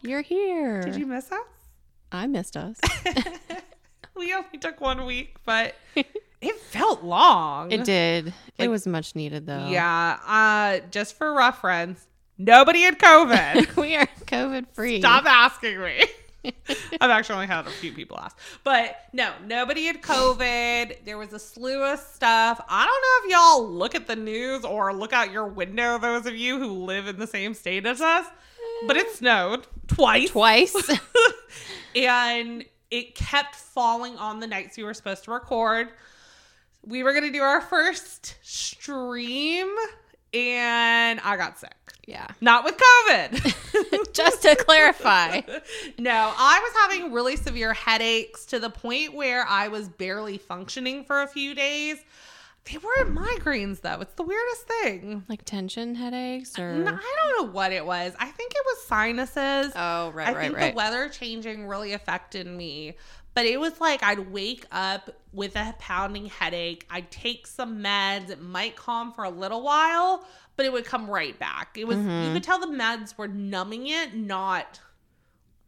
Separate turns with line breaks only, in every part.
you're here.
Did you miss us?
I missed us.
We only took one week, but it felt long.
it did. it
Like-
was much needed though.
Yeah. Uh, just for reference, nobody had COVID.
we are COVID free.
Stop asking me. I've actually only had a few people ask. But no, nobody had COVID. There was a slew of stuff. I don't know if y'all look at the news or look out your window, those of you who live in the same state as us, but it snowed Eh. twice.
Twice.
and it kept falling on the nights we were supposed to record. We were going to do our first stream, and I got sick.
yeah.
Not with COVID.
Just to clarify.
no, I was having really severe headaches to the point where I was barely functioning for a few days. They weren't migraines though. It's the weirdest thing.
Like tension headaches or
No, I don't know what it was. I think it was sinuses.
Oh, right,
I
right,
think
right.
the weather changing really affected me. But it was like I'd wake up with a pounding headache. I'd take some meds. It might calm for a little while, but it would come right back. It was you
Mhm.
could tell the meds were numbing it, not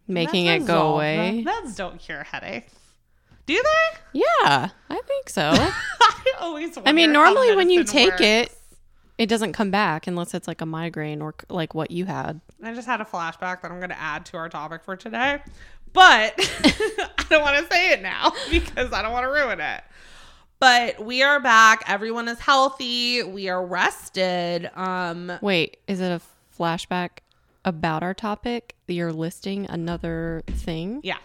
Making
Meds
it go
resolve
away.
them. Meds don't cure headaches. Do they?
Yeah, I think so.
I always.
I mean,
wonder how
normally when you
medicine
take
works.
it, it doesn't come back unless it's like a migraine or c- like what you had.
I just had a flashback that I'm going to add to our topic for today, but I don't want to say it now because I don't want to ruin it. But we are back. Everyone is healthy. We are rested. Um,
Wait, is it a flashback about our topic? You're listing another thing?
yeah,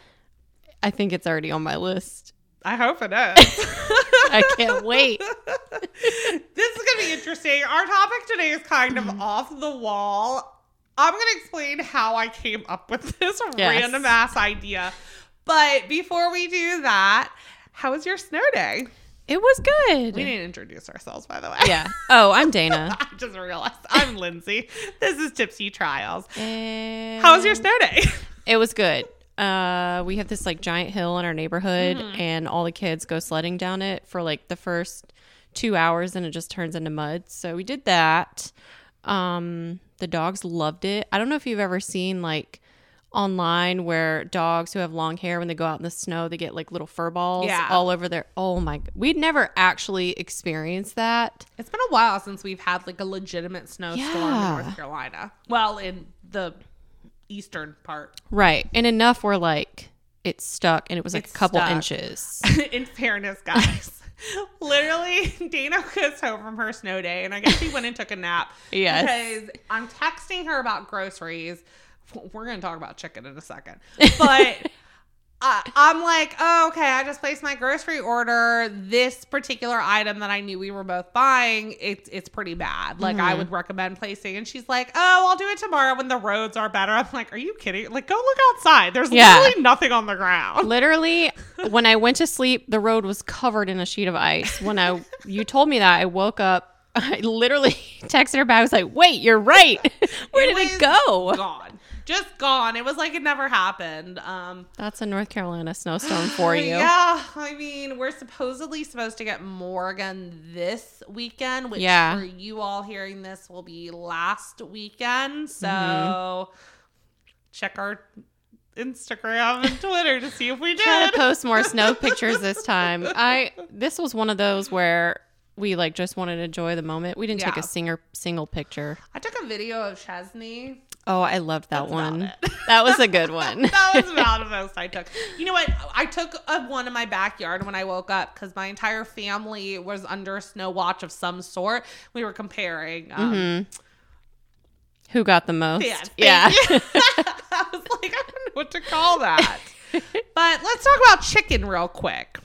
I think it's already on my list.
I hope it is.
I can't wait.
this is going to be interesting. Our topic today is kind of
Mm-hmm.
off the wall. I'm going to explain how I came up with this
Yes.
random ass idea. But before we do that, how was your snow day?
It was good.
We didn't introduce ourselves, by the way.
yeah. Oh, I'm Dana.
I just realized I'm Lindsay. This is Tipsy Trials.
And
How was your snow day?
It was good. Uh, we have this like giant hill in our neighborhood,
Mm-hmm.
and all the kids go sledding down it for like the first two hours, and it just turns into mud. So we did that. Um, the dogs loved it. I don't know if you've ever seen like online where dogs who have long hair when they go out in the snow they get like little fur balls
Yeah.
all over their oh my g- we'd never actually experienced that
It's been a while since we've had like a legitimate snowstorm
Yeah.
in North Carolina. Well, in the eastern part.
right and enough where like it stuck and it was like
It
a couple
stuck.
inches
in fairness, guys. Literally, Dana goes home from her snow day, and I guess she went and took a nap.
Yes.
Because I'm texting her about groceries. We're going to talk about chicken in a second. But I, I'm like, oh, okay, I just placed my grocery order. This particular item that I knew we were both buying, it's it's pretty bad. Like,
Mm-hmm.
I would recommend placing. And she's like, oh, I'll do it tomorrow when the roads are better. I'm like, are you kidding? Like, go look outside. There's
Yeah.
literally nothing on the ground.
Literally, when I went to sleep, the road was covered in a sheet of ice. When I you told me that, I woke up. I literally texted her back. I was like, "Wait, you're right. Where did
was
it go?"
gone. Just gone. It was like it never happened. Um
That's a North Carolina snowstorm for you.
Yeah, I mean, we're supposedly supposed to get Morgan this weekend, which
Yeah.
for you all hearing this will be last weekend. So
Mm-hmm.
check our Instagram and Twitter to see if we
Try
did.
to post more snow pictures this time. I this was one of those where we like just wanted to enjoy the moment. We didn't take
Yeah.
a singer single picture.
I took a video of Chesney.
Oh, I loved that
That's about
one.
it.
That was a good one.
that was about the most I took. You know what? I took a, one in my backyard when I woke up because my entire family was under a snow watch of some sort. We were comparing. Um,
Mm-hmm. Who got the most?
Yeah. thank
yeah.
you. I was like, I don't know what to call that. but let's talk about chicken real quick.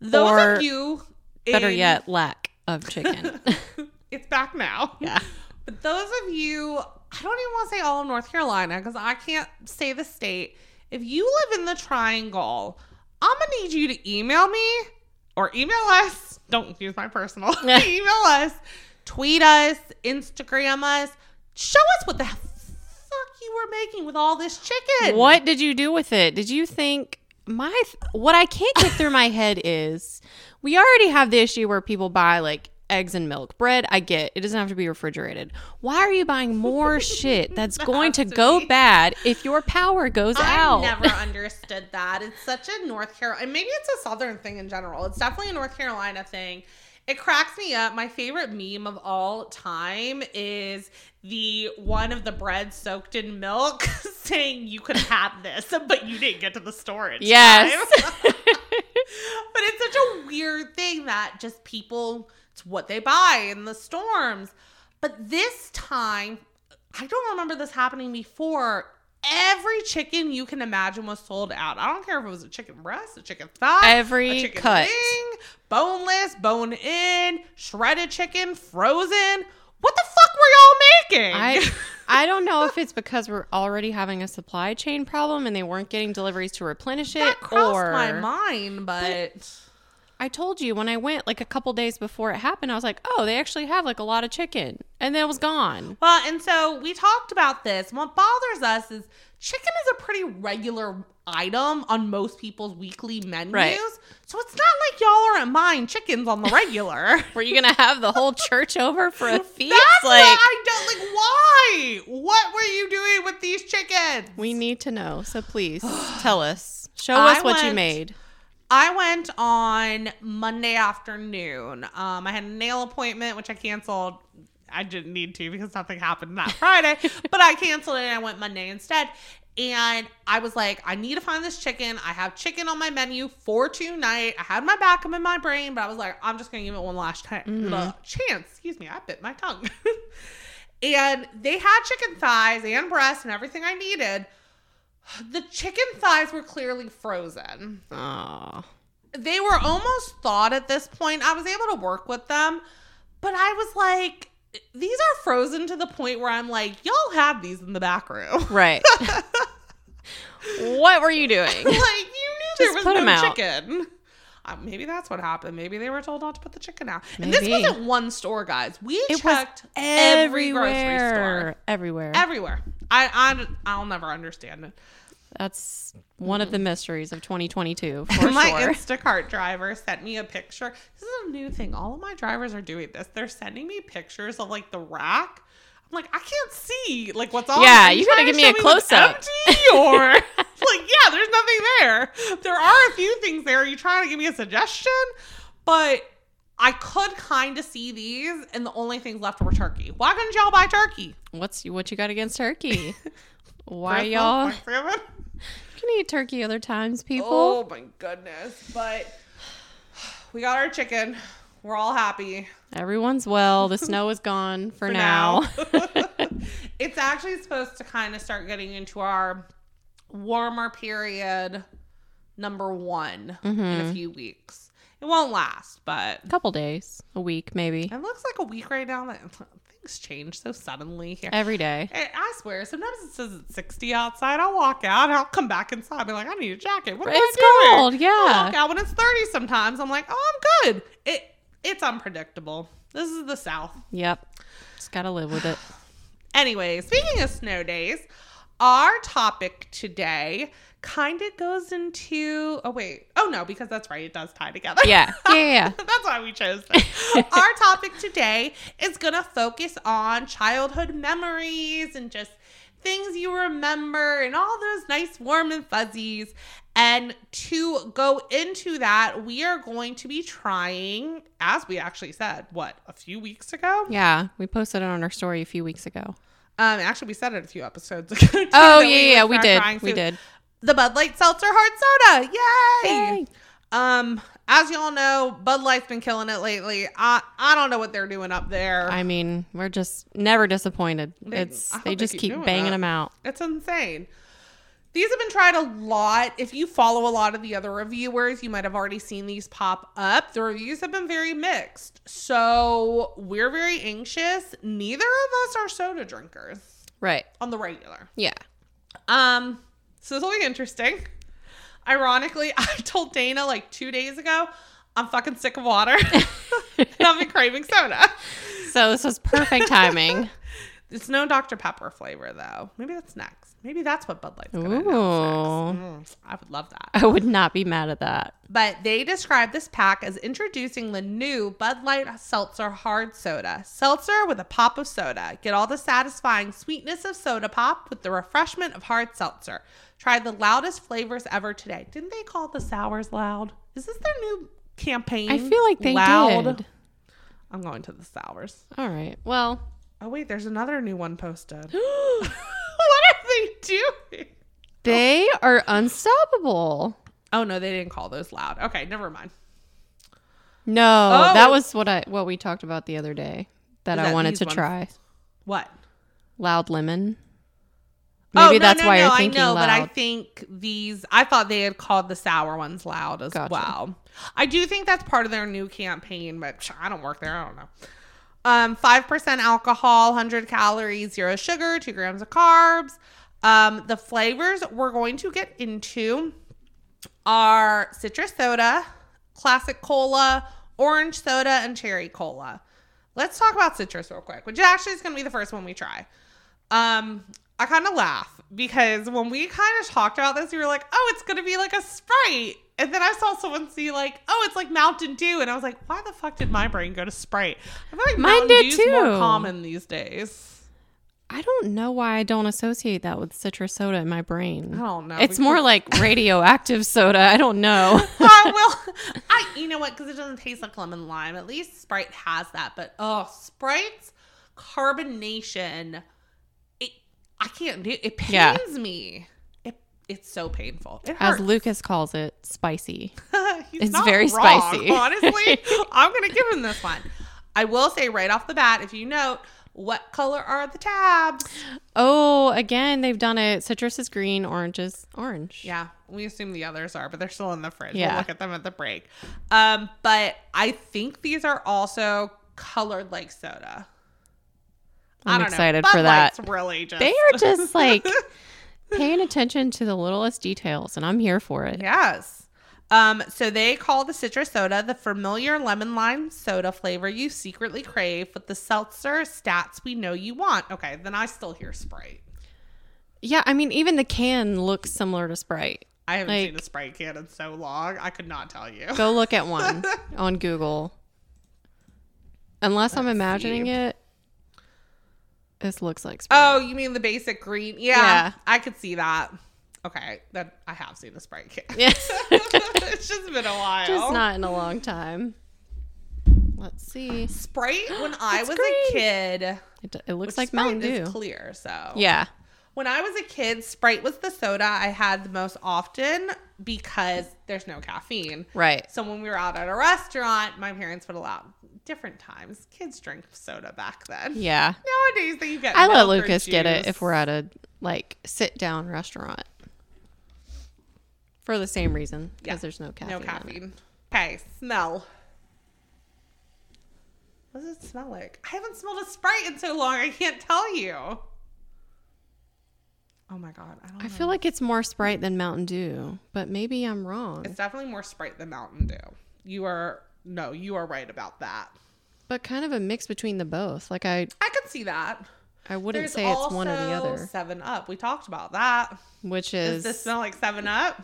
Those
Or,
of you.
Better
in-
yet, lack of chicken.
It's back now.
yeah.
But those of you, I don't even want to say all of North Carolina because I can't say the state. If you live in the triangle, I'm going to need you to email me or email us. Don't use my personal. email us, tweet us, Instagram us. Show us what the fuck you were making with all this chicken.
What did you do with it? Did you think my th- what I can't get through my head is we already have the issue where people buy like eggs and milk. Bread, I get. It doesn't have to be refrigerated. Why are you buying more shit that's going to
has to
go
be.
bad if your power goes
I
out?
never understood that. It's such a North Carolina, and maybe it's a Southern thing in general. It's definitely a North Carolina thing. It cracks me up. My favorite meme of all time is the one of the bread soaked in milk saying you could have this, but you didn't get to the store. in
Yes.
time." but it's such a weird thing that just people, it's what they buy in the storms. But this time, I don't remember this happening before. Every chicken you can imagine was sold out. I don't care if it was a chicken breast, a chicken thigh,
Every
a chicken
cut.
wing, boneless, bone in, shredded chicken, frozen. What the fuck were y'all making?
I I don't know if it's because we're already having a supply chain problem and they weren't getting deliveries to replenish it
that crossed
or
my mind, but,
I told you when I went like a couple days before it happened I was like, "Oh, they actually have like a lot of chicken." And then it was gone.
well, and so we talked about this. and What bothers us is chicken is a pretty regular item on most people's weekly menus.
Right.
So it's not like y'all aren't buying chickens on the regular.
Were you going to have the whole church over for a feast?
That's
like
what I don't like. Why? What were you doing with these chickens?
we need to know. So please tell us. Show
I
us what you
went-
made.
I went on Monday afternoon. Um, I had a nail appointment, which I canceled. I didn't need to because nothing happened that Friday, but I canceled it and I went Monday instead. And I was like, I need to find this chicken. I have chicken on my menu for tonight. I had my backup in my brain, but I was like, I'm just gonna give it one last time, uh, chance. Excuse me, I bit my tongue. and they had chicken thighs and breasts and everything I needed. The chicken thighs were clearly frozen
Oh.
they were almost thawed at this point. I was able to work with them, but I was like, these are frozen to the point where I'm like, y'all have these in the back room.
Right. what were you doing?
like you knew
Just
there was
put 'em
no
out.
chicken. Uh, maybe that's what happened. Maybe they were told not to put the chicken out. And this
Maybe.
wasn't one store, guys. We
It
checked
was
every grocery store.
everywhere. Everywhere.
Everywhere. I, I I'll never understand it.
That's one of the mysteries of 2022 for
my
sure.
Instacart driver sent me a picture. This is a new thing. All of my drivers are doing this. They're sending me pictures of like the rack. I'm like, I can't see like what's on.
Yeah,
Are
you gotta
trying to
give me a
show what's
close-up.
Empty or like, yeah, there's nothing there. There are a few things there. Are you trying to give me a suggestion? But I could kind of see these, and the only things left were turkey. Why couldn't y'all buy turkey?
What's what you got against turkey? Why
Christmas,
y'all you
Thanksgiving?
can eat turkey other times, people?
Oh my goodness. But we got our chicken. We're all happy
Everyone's well. The snow is gone for,
for
now.
now. it's actually supposed to kind of start getting into our warmer period number one in a few weeks. It won't last, but
a couple days, a week maybe.
it looks like a week right now that things change so suddenly here.
Every day.
I Eh, I swear, sometimes it says it's 60 outside. I'll walk out and I'll come back inside and be like, I need a jacket. What am
It's
I doing?
cold,
I walk
yeah.
out when it's 30 sometimes. I'm like, oh, I'm good. It It's unpredictable. This is the South.
Yep. Just gotta live with it.
Anyway, speaking of snow days, our topic today kind of goes into. Oh, wait. Oh, no, because that's right. It does tie together.
Yeah. Yeah. yeah.
That's why we chose this. Our topic today is going to focus on childhood memories and just things you remember and all those nice warm and fuzzies. And to go into that, we are going to be trying, as we actually said, what, a few weeks ago?
Yeah. We posted it on our story a few weeks ago.
Um, actually, we said it a few episodes ago. too,
Oh
that would
yeah, yeah, we
start
did.
trying
We
food.
did.
The Bud Light Seltzer Hard Soda. Yay!
Yay.
Um, as y'all know, Bud Light's been killing it lately. I I don't know what they're doing up there.
I mean, we're just never disappointed.
They-
it's
I hope
they
they
just
keep
keep
doing
banging
that.
them out.
it's insane. These have been tried a lot. If you follow a lot of the other reviewers, you might have already seen these pop up. The reviews have been very mixed. So we're very anxious. Neither of us are soda drinkers
Right.
on the regular.
Yeah.
Um, so this will be interesting. Ironically, I told Dana like two days ago, I'm fucking sick of water. and I've been craving soda.
So this was perfect timing.
It's no Dr. Pepper flavor though. Maybe that's next. Maybe that's what Bud Light's gonna
Ooh.
Mm, I would love that.
I would not be mad at that.
But they describe this pack as introducing the new Bud Light Seltzer Hard Soda. Seltzer with a pop of soda. Get all the satisfying sweetness of soda pop with the refreshment of hard seltzer. Try the loudest flavors ever today. Didn't they call the sours loud? Is this their new campaign?
I feel like they did.
I'm going to the sours.
All right. Well,
Oh, wait, there's another new one posted. what are they doing?
they are unstoppable.
Oh, no, they didn't call those loud. Okay, never mind.
No, that
Oh.
was what I what we talked about the other day that,
Is
I
that
wanted
these
to
ones?
try.
What?
Loud lemon.
Oh,
Maybe
no,
that's
no,
why
no,
you're thinking
I know,
loud.
but I think these. I thought they had called the sour ones loud as
Gotcha.
well. I do think that's part of their new campaign, but psh, I don't work there. I don't know. Um, five percent alcohol, hundred calories, zero sugar, two grams of carbs. Um, the flavors we're going to get into are citrus soda, classic cola, orange soda, and cherry cola. Let's talk about citrus real quick, which actually is going to be the first one we try. Um, I kind of laugh because when we kind of talked about this, we were like, "Oh, it's going to be like a Sprite," and then I saw someone see like, "Oh, it's like Mountain Dew," and I was like, "Why the fuck did my brain go to Sprite?" I feel like
Mine
Mountain
did
Dew's more
too.
common these days.
I don't know why I don't associate that with citrus soda in my brain.
I don't know.
It's
We-
more like radioactive soda. I don't know.
I will. I, you know what? Because it doesn't taste like lemon lime. At least Sprite has that. But oh, Sprite's carbonation, it I can't do. It pains
Yeah.
me. It it's so painful. It
As
hurts.
Lucas calls it, spicy.
He's
it's
not
very
wrong,
spicy.
Honestly, I'm gonna give him this one. I will say right off the bat, if you note, what color are the tabs?
Oh, again, they've done it. Citrus is green, orange is orange.
Yeah, we assume the others are, but they're still in the fridge. We'll
Yeah.
look at them at the break. Um, but I think these are also colored like soda. I
I'm
don't
excited
know. Bud
for that.
Light's really just
They are just like paying attention to the littlest details, and I'm here for it.
yes. Um, so they call the citrus soda the familiar lemon lime soda flavor you secretly crave with the seltzer stats we know you want. Okay, then I still hear Sprite.
Yeah, I mean, even the can looks similar to Sprite.
I haven't seen
Like-
a Sprite can in so long. I could not tell you.
Go look at one on Google. Unless I'm imagining
see.
it, this looks like Sprite.
Oh, you mean the basic green? Yeah,
Yeah.
I could see that. Okay, that I have seen the Sprite can.
Yes.
it's just been a while.
Just not in a long time. Let's see.
Sprite. When I
It's
was
green.
a kid,
It, it looks
which
like
Sprite
Mountain Dew.
is clear. So
yeah.
when I was a kid, Sprite was the soda I had the most often because there's no caffeine.
Right.
So when we were out at a restaurant, my parents would allow different times. Kids drink soda back then.
Yeah.
Nowadays, they get.
I let
milk or
Lucas get it if
juice.
we're at a like sit down restaurant. For the same reason,
Yeah.
because there's no caffeine.
No
in it.
caffeine. Okay, smell. What does it smell like? I haven't smelled a Sprite in so long. I can't tell you. Oh my god, I don't.
I
know.
feel like it's more Sprite than Mountain Dew, but maybe I'm wrong.
it's definitely more Sprite than Mountain Dew. You are no, you are right about that.
but kind of a mix between the both. Like I,
I could see that.
I wouldn't say it's one or the other.
Seven Up. We talked about that.
Which
Does
is
this smell like Seven Up?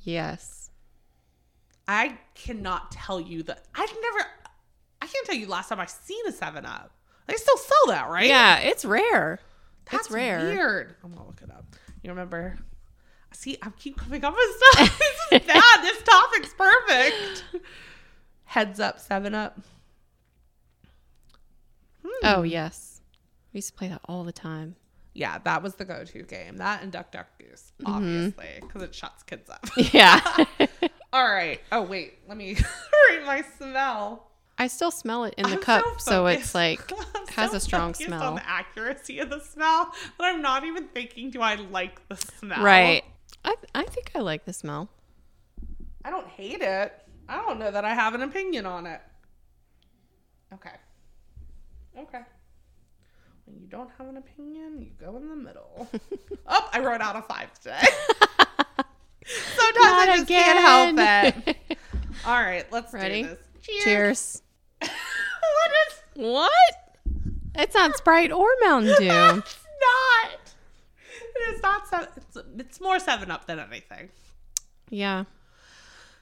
yes.
I cannot tell you that. I've never. I can't tell you last time I seen a Seven Up. They still sell that, right?
Yeah, it's rare.
That's
it's rare.
Weird. I'm gonna look it up. You remember? See, I keep coming up with stuff. this is bad. this topic's perfect. Heads up, seven up.
Oh yes, we used to play that all the time.
Yeah, that was the go-to game. That and Duck Duck Goose,
Mm-hmm.
obviously, because it shuts kids up.
Yeah,
All right. Oh wait, let me read my smell.
I still smell it in the
I'm
cup, so,
focused-
it's like
I'm
has
so
a strong
focused
smell.
On the accuracy of the smell, that I'm not even thinking, do I like the smell?
right. I I think I like the smell.
I don't hate it. I don't know that I have an opinion on it. Okay. Okay. When you don't have an opinion, you go in the middle. oh, I wrote out a five today. Sometimes I just can't help it. All right, let's
Ready?
do this. Cheers.
Cheers.
what is
What? It's not Sprite or Mountain Dew.
It's not. It is not seven. It's, it's more Seven Up than anything.
Yeah.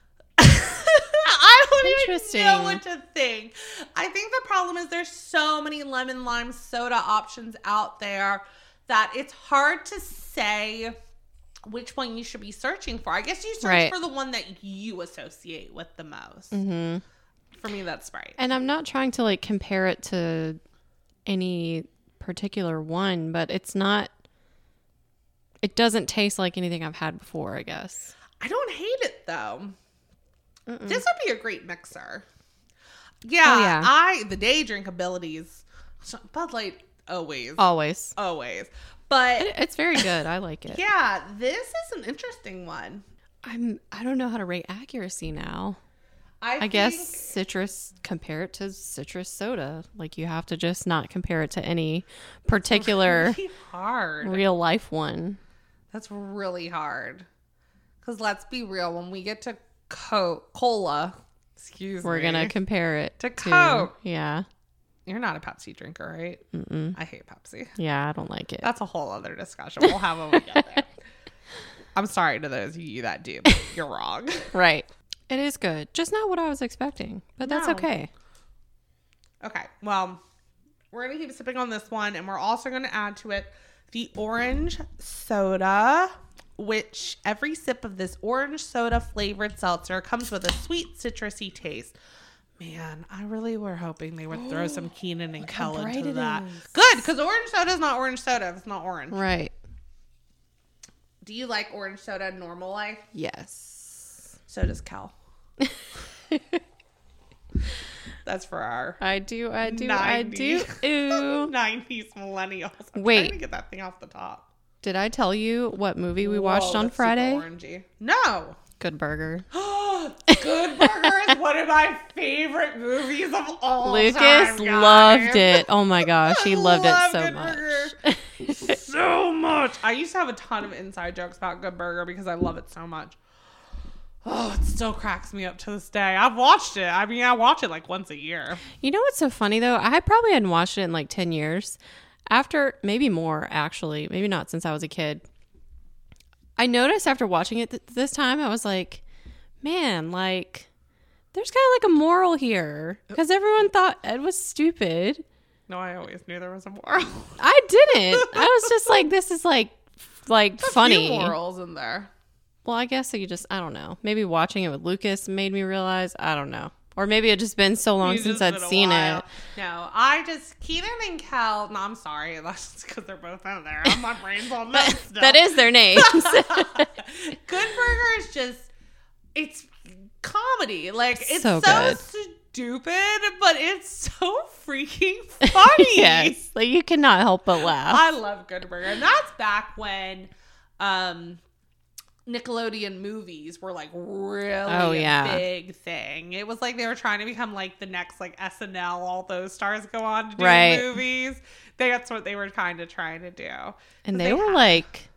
I don't even
Interesting.
know what to think. I think the problem is there's so many lemon lime soda options out there that it's hard to say which one you should be searching for. I guess you search
Right.
for the one that you associate with the most.
Mm-hmm.
For me, that's Sprite.
And I'm not trying to like compare it to any particular one, but it's not. It doesn't taste like anything I've had before. I guess.
I don't hate it though.
Mm-mm.
This would be a great mixer. Yeah,
Oh, yeah.
I the day drink abilities. Bud Light always,
Always.
always. But
Oh. It- It's very good. I like it.
yeah, this is an interesting one.
I'm. I don't know how to rate accuracy now.
I,
I guess
think-
citrus. Compare it to citrus soda. Like you have to just not compare it to any particular
really hard.
real life one.
That's really hard. Because let's be real, when we get to co- cola, excuse
We're
me,
gonna compare it
To Coke.
Yeah.
You're not a Pepsi drinker, right?
Mm-mm.
I hate Pepsi.
Yeah. I don't like it.
That's a whole other discussion. We'll have when we get there. I'm sorry to those of you that do. but You're wrong.
Right. It is good. Just not what I was expecting, but that's
No.
okay.
Okay, well, we're gonna keep sipping on this one, and we're also gonna add to it the orange soda, which every sip of this orange soda flavored seltzer comes with a sweet citrusy taste. Man, I really were hoping they would throw some Keenan and Kel
Oh, bright
into
it
that.
is.
Good, because orange soda is not orange soda. if It's not orange.
Right.
Do you like orange soda in normal life?
Yes.
So does Kel. That's for our
I do. I do. I do.
90.
Ooh.
90s millennials. I'm
Wait.
trying to get that thing off the top.
Did I tell you what movie we
Whoa,
watched
Oh,
on
that's super
Friday?
Orangey. No.
Good Burger.
Good Burger is one of my favorite movies of all
Lucas
time, guys.
loved it. Oh my gosh, he
I
loved it
love
so
Good
much.
so much. I used to have a ton of inside jokes about Good Burger because I love it so much. Oh, it still cracks me up to this day. I've watched it. I mean, I watch it like once a year.
You know what's so funny though? I probably hadn't watched it in like 10 years. After maybe more actually, maybe not since I was a kid. I noticed after watching it th- this time I was like, man, like there's kind of like a moral here
Uh,
cuz everyone thought Ed was stupid.
No, I always knew there was a moral.
I didn't. I was just like this is like like funny.
Few morals in there.
Well, I guess you just I don't know. Maybe watching it with Lucas made me realize, I don't know. Or maybe it just been so long
It's
since
just
I'd
been a
seen
while.
it.
No, I just Keenan and Kel. No, I'm sorry. That's because they're both out there. My brain's all messed up.
That is their names.
Good Burger is just it's comedy. Like it's
So
so,
good.
stupid, but it's so freaking funny.
yes. Like you cannot help but laugh.
I love Good Burger. And that's back when um Nickelodeon movies were like really
Oh, yeah.
a big thing. It was like they were trying to become like the next like SNL, all those stars go on to do
Right.
movies. That's what they were kind of trying to do.
and
'Cause
they,
they
were
have-
like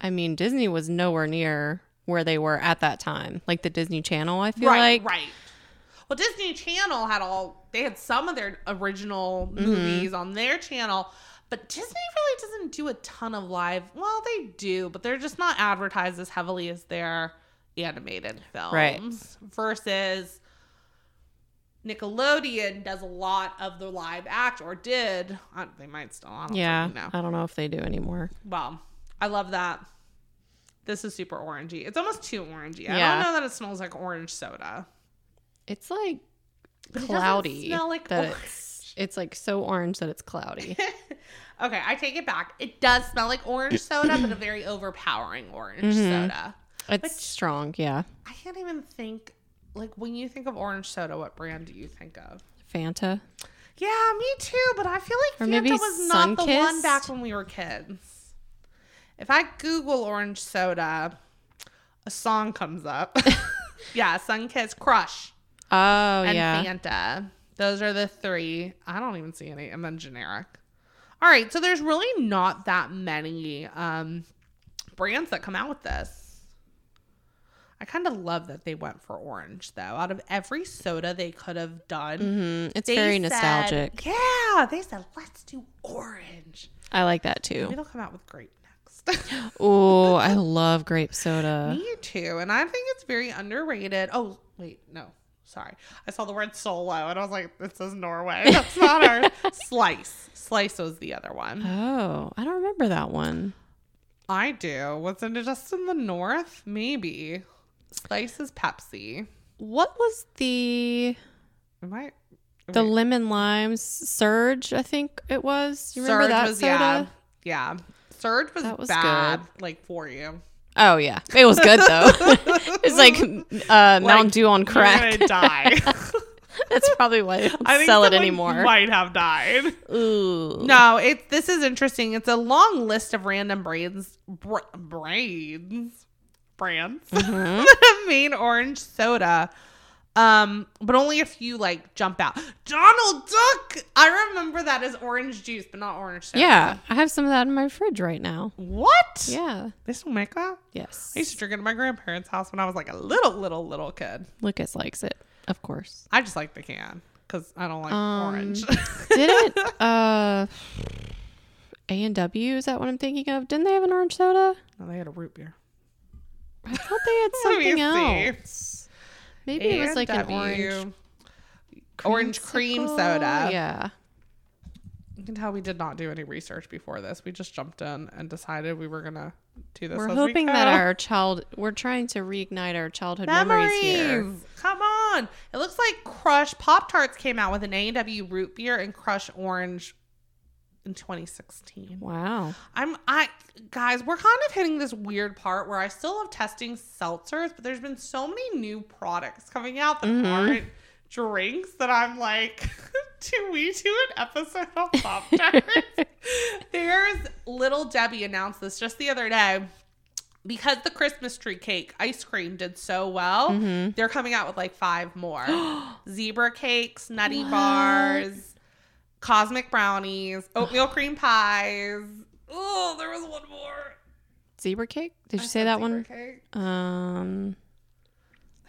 I mean, Disney was nowhere near where they were at that time. Like the Disney Channel, I feel
right,
like.
right. Well, Disney Channel had all they had some of their original
Mm-hmm.
movies on their channel, but Disney really doesn't do a ton of live. Well, they do, but they're just not advertised as heavily as their animated films.
Right.
Versus Nickelodeon does a lot of the live act or did. I, they might still. I don't
Yeah.
fucking know.
I don't know if they do anymore.
Wow. I love that. This is super orangey. It's almost too orangey. I
Yeah.
don't know that it smells like orange soda.
It's like
But it doesn't
cloudy.
smell like
that
orange.
it's, it's like so orange that it's cloudy.
Okay, I take it back. It does smell like orange soda, but a very overpowering orange
Mhm.
soda.
It's strong, yeah.
I can't even think like when you think of orange soda, what brand do you think of?
Fanta.
Yeah, me too, but I feel like Fanta
Or maybe
was not the one
Sunkist?
back when we were kids. If I Google orange soda, a song comes up. yeah, Sunkist Crush
Oh
and
yeah.
Fanta. Those are the three. I don't even see any. And then generic. All right, so there's really not that many um, brands that come out with this. I kind of love that they went for orange though. Out of every soda they could have done,
Mm, it's
they
very
said-
nostalgic.
Yeah, they said let's do orange.
I like that
Maybe
too.
they'll come out with grape next. taste.
Oh, I love grape soda.
Me too. And I think it's very underrated. Oh, wait, no. Sorry. I saw the word solo and I was like, this is Norway. That's not our slice. Slice was the other one.
Oh, I don't remember that one.
I do. Was it just in the north? Maybe. Slice is Pepsi.
What was the
Am I?
the
wait.
lemon limes surge? I think it was. You remember
Surge
that
was,
soda?
yeah. Yeah. Surge was,
That was
bad, like for you.
Oh yeah, it was good though. it's like uh, Mountain Dew on
You're
crack.
gonna die.
That's probably why they don't
I think
sell it
someone
anymore.
Might have died.
Ooh.
No, it. This is interesting. It's a long list of random brands, br- brands, brands.
Mm-hmm. Hmm.
main orange soda, um, but only a few like jump out. Donald Duck. I remember that as orange juice, but not orange soda.
Yeah, I have some of that in my fridge right now.
What?
Yeah.
They still make that. I used
Yes.
to drink it at my grandparents' house when I was like a little, little, little kid.
Lucas likes it, of course.
I just like the can because I don't like
Um,
orange.
Did it? Uh, A and W is that what I'm thinking of? Didn't they have an orange soda?
no, they had a root beer.
I thought they had
Let me
something
see.
else. Maybe it was like an orange,
orange cream
creamsicle?
soda.
Yeah.
You can tell we did not do any research before this. We just jumped in and decided we were gonna do this.
We're
as
hoping
we
that
go.
our child, we're trying to reignite our childhood memories, here.
memories. Come on! It looks like Crush Pop Tarts came out with an A and W root beer and Crush Orange in 2016.
Wow.
I'm I guys, we're kind of hitting this weird part where I still love testing seltzers, but there's been so many new products coming out that
Mhm.
aren't drinks that I'm like, do we do an episode on Pop Tarts? there's Little Debbie announced this just the other day. Because the Christmas tree cake ice cream did so well,
Mhm.
they're coming out with like five more zebra cakes, nutty bars, cosmic brownies, oatmeal cream pies. Oh, there was one more.
Zebra cake? Did you
I
say
said
that
zebra
one?
cake.
Um,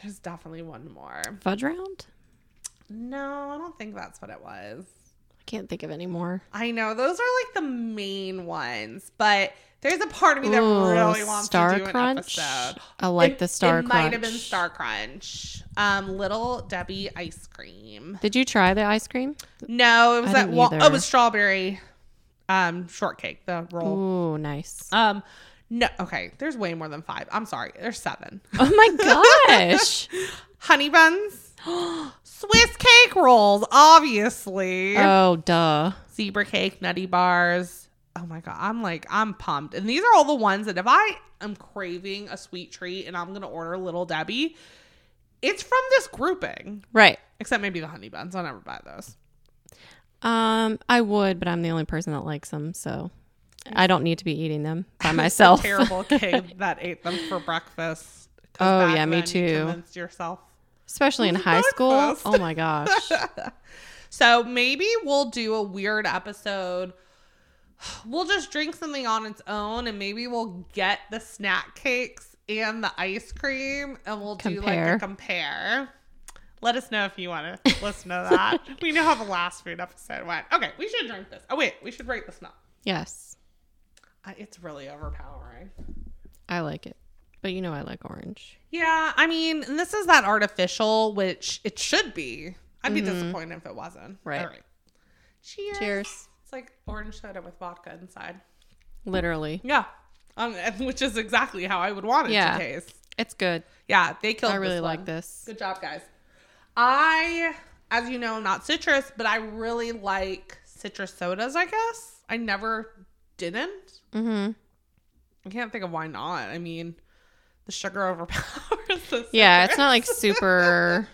There's definitely one more.
fudge round?
No, I don't think that's what it was.
I can't think of any more.
I know those are like the main ones, but there's a part of me that
Ooh,
really wants
Star
to do
Crunch.
an episode.
I like
It-
the Star
it
Crunch.
might have been Star Crunch. Um, Little Debbie ice cream.
Did you try the ice cream?
No, it was
I
that.
didn't
Wa- oh, it
either.
was strawberry, um, shortcake. The roll.
Ooh, nice.
Um, no, okay. There's way more than five. I'm sorry. There's seven.
Oh my gosh.
Honey buns, Swiss cake rolls, obviously.
oh, duh.
Zebra cake, nutty bars. Oh my god, I'm like I'm pumped. And these are all the ones that if I am craving a sweet treat and I'm gonna order Little Debbie, it's from this grouping.
Right.
Except maybe the honey buns. I'll never buy those.
Um, I would, but I'm the only person that likes them, so I don't need to be eating them by myself.
Terrible kid that ate them for breakfast. 'Cause
Oh,
back
yeah, me
then you
too.
Convinced yourself.
Especially in high school.
Breakfast.
Oh my gosh.
So maybe we'll do a weird episode. We'll just drink something on its own and maybe we'll get the snack cakes and the ice cream and we'll do like
Compare.
a compare. Let us know if you want to listen to that. we know how the last food episode went. Okay, we should drink this. Oh, wait, we should rate this now.
Yes.
Uh, It's really overpowering.
I like it. But you know I like orange.
Yeah, I mean, and this is that artificial, which it should be. I'd be disappointed if it wasn't.
Mm-hmm. Right.
All right. Cheers.
Cheers.
It's like orange soda with vodka inside.
Literally.
Yeah. Um, and- which is exactly how I would want it
Yeah.
to taste.
It's good.
Yeah, they killed.
I really
this
like
one.
this.
Good job, guys. I, as you know, I'm not citrus, but I really like citrus sodas. I guess I never didn't.
Mm-hmm.
I can't think of why not. I mean, the sugar overpowers the.
Yeah,
citrus.
it's not like super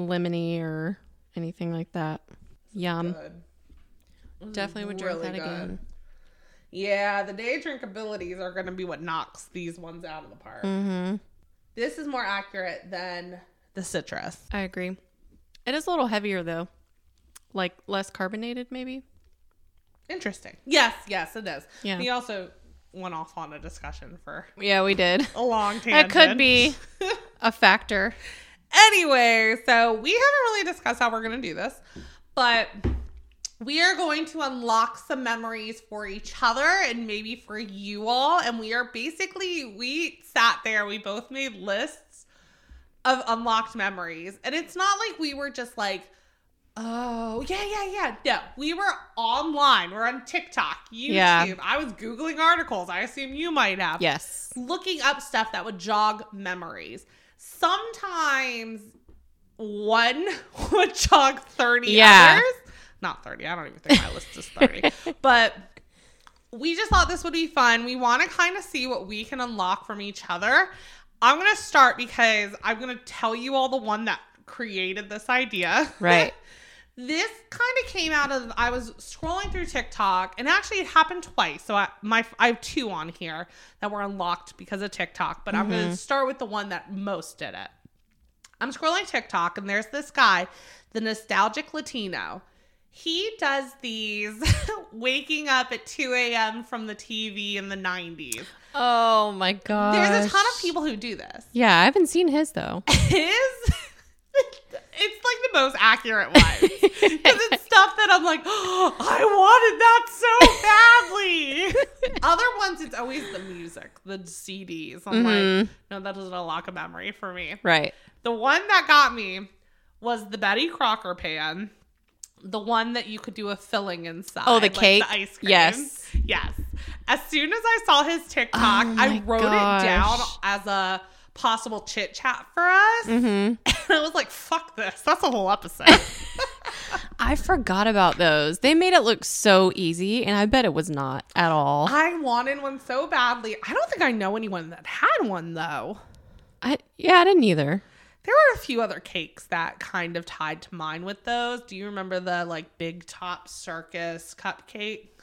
lemony or anything like that. Yum.
Good.
Definitely would drink
Really
that
good.
again.
Yeah, the day drinkabilities are going to be what knocks these ones out of the park.
Mm-hmm.
This is more accurate than the citrus.
I agree. It is a little heavier though. Like less carbonated maybe.
Interesting. Yes, yes, it is.
Yeah.
We also went off on a discussion for
Yeah, we did.
a long tangent.
That could be a factor.
anyway, so we haven't really discussed how we're going to do this, but We are going to unlock some memories for each other and maybe for you all. And we are basically, we sat there, we both made lists of unlocked memories. And it's not like we were just like, oh, yeah, yeah, yeah. No, we were online. We're on TikTok, YouTube.
Yeah.
I was Googling articles. I assume you might have
Yes.
looking up stuff that would jog memories. Sometimes one would jog 30
Yeah.
others. Not 30. I don't even think my list is 30. But we just thought this would be fun. We want to kind of see what we can unlock from each other. I'm going to start because I'm going to tell you all the one that created this idea.
Right.
This kind of came out of I was scrolling through TikTok, and actually it happened twice. So I my I have two on here that were unlocked because of TikTok, but I'm going to start with the one that most did it. I'm scrolling TikTok, and there's this guy, the nostalgic Latino. He does these waking up at 2 a.m. from the TV in the 90s.
Oh my god.
There's a ton of people who do this.
Yeah, I haven't seen his though.
His, it's like the most accurate one. Because it's stuff that I'm like, "Oh, I wanted that so badly. Other ones, it's always the music, the CDs. I'm like,
Mhm.
no, that doesn't unlock a memory for me.
right.
The one that got me was the Betty Crocker pan, the one that you could do a filling inside.
Oh, the
like
cake?
the ice cream.
Yes.
yes. As soon as I saw his TikTok,
Oh
I
my
wrote
gosh.
it down as a possible chit chat for us. And
Mhm.
I was like, "Fuck this! That's a whole episode."
I forgot about those. They made it look so easy and I bet it was not at all.
I wanted one so badly. I don't think I know anyone that had one though.
I yeah, I didn't either.
There were a few other cakes that kind of tied to mine with those. Do you remember the like big top circus cupcake?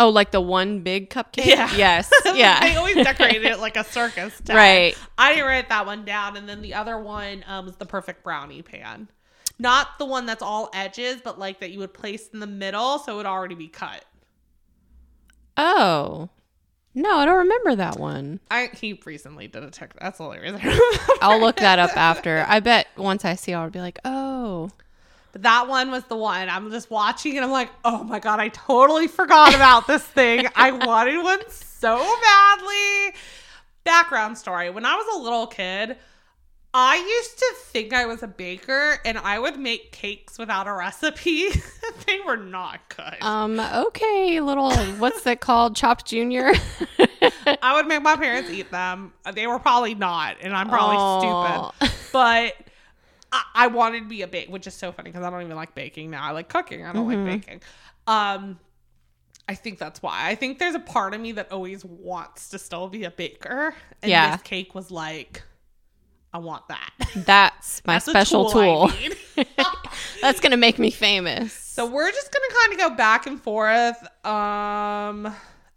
Oh, like the one big cupcake?
Yeah. oh,
Yes.
I
Yeah.
always decorated it like a circus. tent.
right.
I didn't write that one down. And then the other one um, was the perfect brownie pan. Not the one that's all edges, but like that you would place in the middle so it would already be cut.
Oh. No, I don't remember that one.
I he recently did a TikTok. That's the only reason. I remember.
I'll look that up after. I bet once I see it, I'll be like, oh.
But that one was the one. I'm just watching and I'm like, oh my God, I totally forgot about this thing. I wanted one so badly. Background story When I was a little kid, I used to think I was a baker and I would make cakes without a recipe. they were not good.
Um, okay, little what's that called? Chopped Junior.
I would make my parents eat them. They were probably not, and I'm probably stupid.
stupid.
but I, I wanted to be a bake, which is so funny because I don't even like baking now. I like cooking. I don't
Mm-hmm.
like baking. Um, I think that's why. I think there's a part of me that always wants to still be a baker. And
Yeah.
this cake was like, I want that.
That's my
That's a
special
tool
tool.
I need.
That's gonna make me famous.
So we're just gonna kind of go back and forth um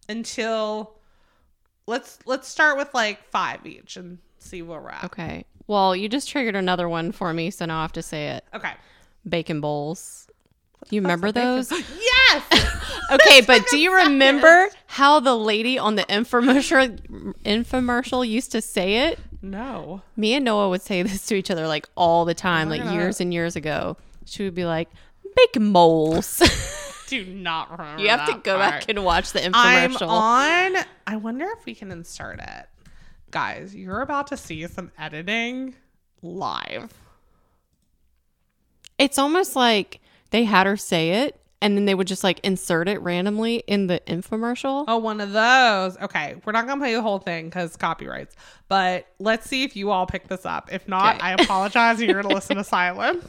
until let's let's start with like five each and see where we're at. Okay.
okay. Well, you just triggered another one for me, so now I have to say it. Bacon bowls. You remember those?
Yes.
Okay, but do you remember how the lady on the infomercial infomercial used to say it?
no.
Me and Noah would say this to each other like all the time,
my
like
God.
years and years ago. She would be like, "Bacon bowls."
Do not remember.
you have to
that
go
part.
back and watch the
I'm
infomercial.
on. I wonder if we can insert it. Guys, you're about to see some editing live.
it's almost like they had her say it and then they would just like insert it randomly in the infomercial.
Oh, one of those. Okay, we're not gonna play the whole thing because copyrights. But let's see if you all pick this up. If not,
Okay.
I apologize. and You're gonna listen to silence.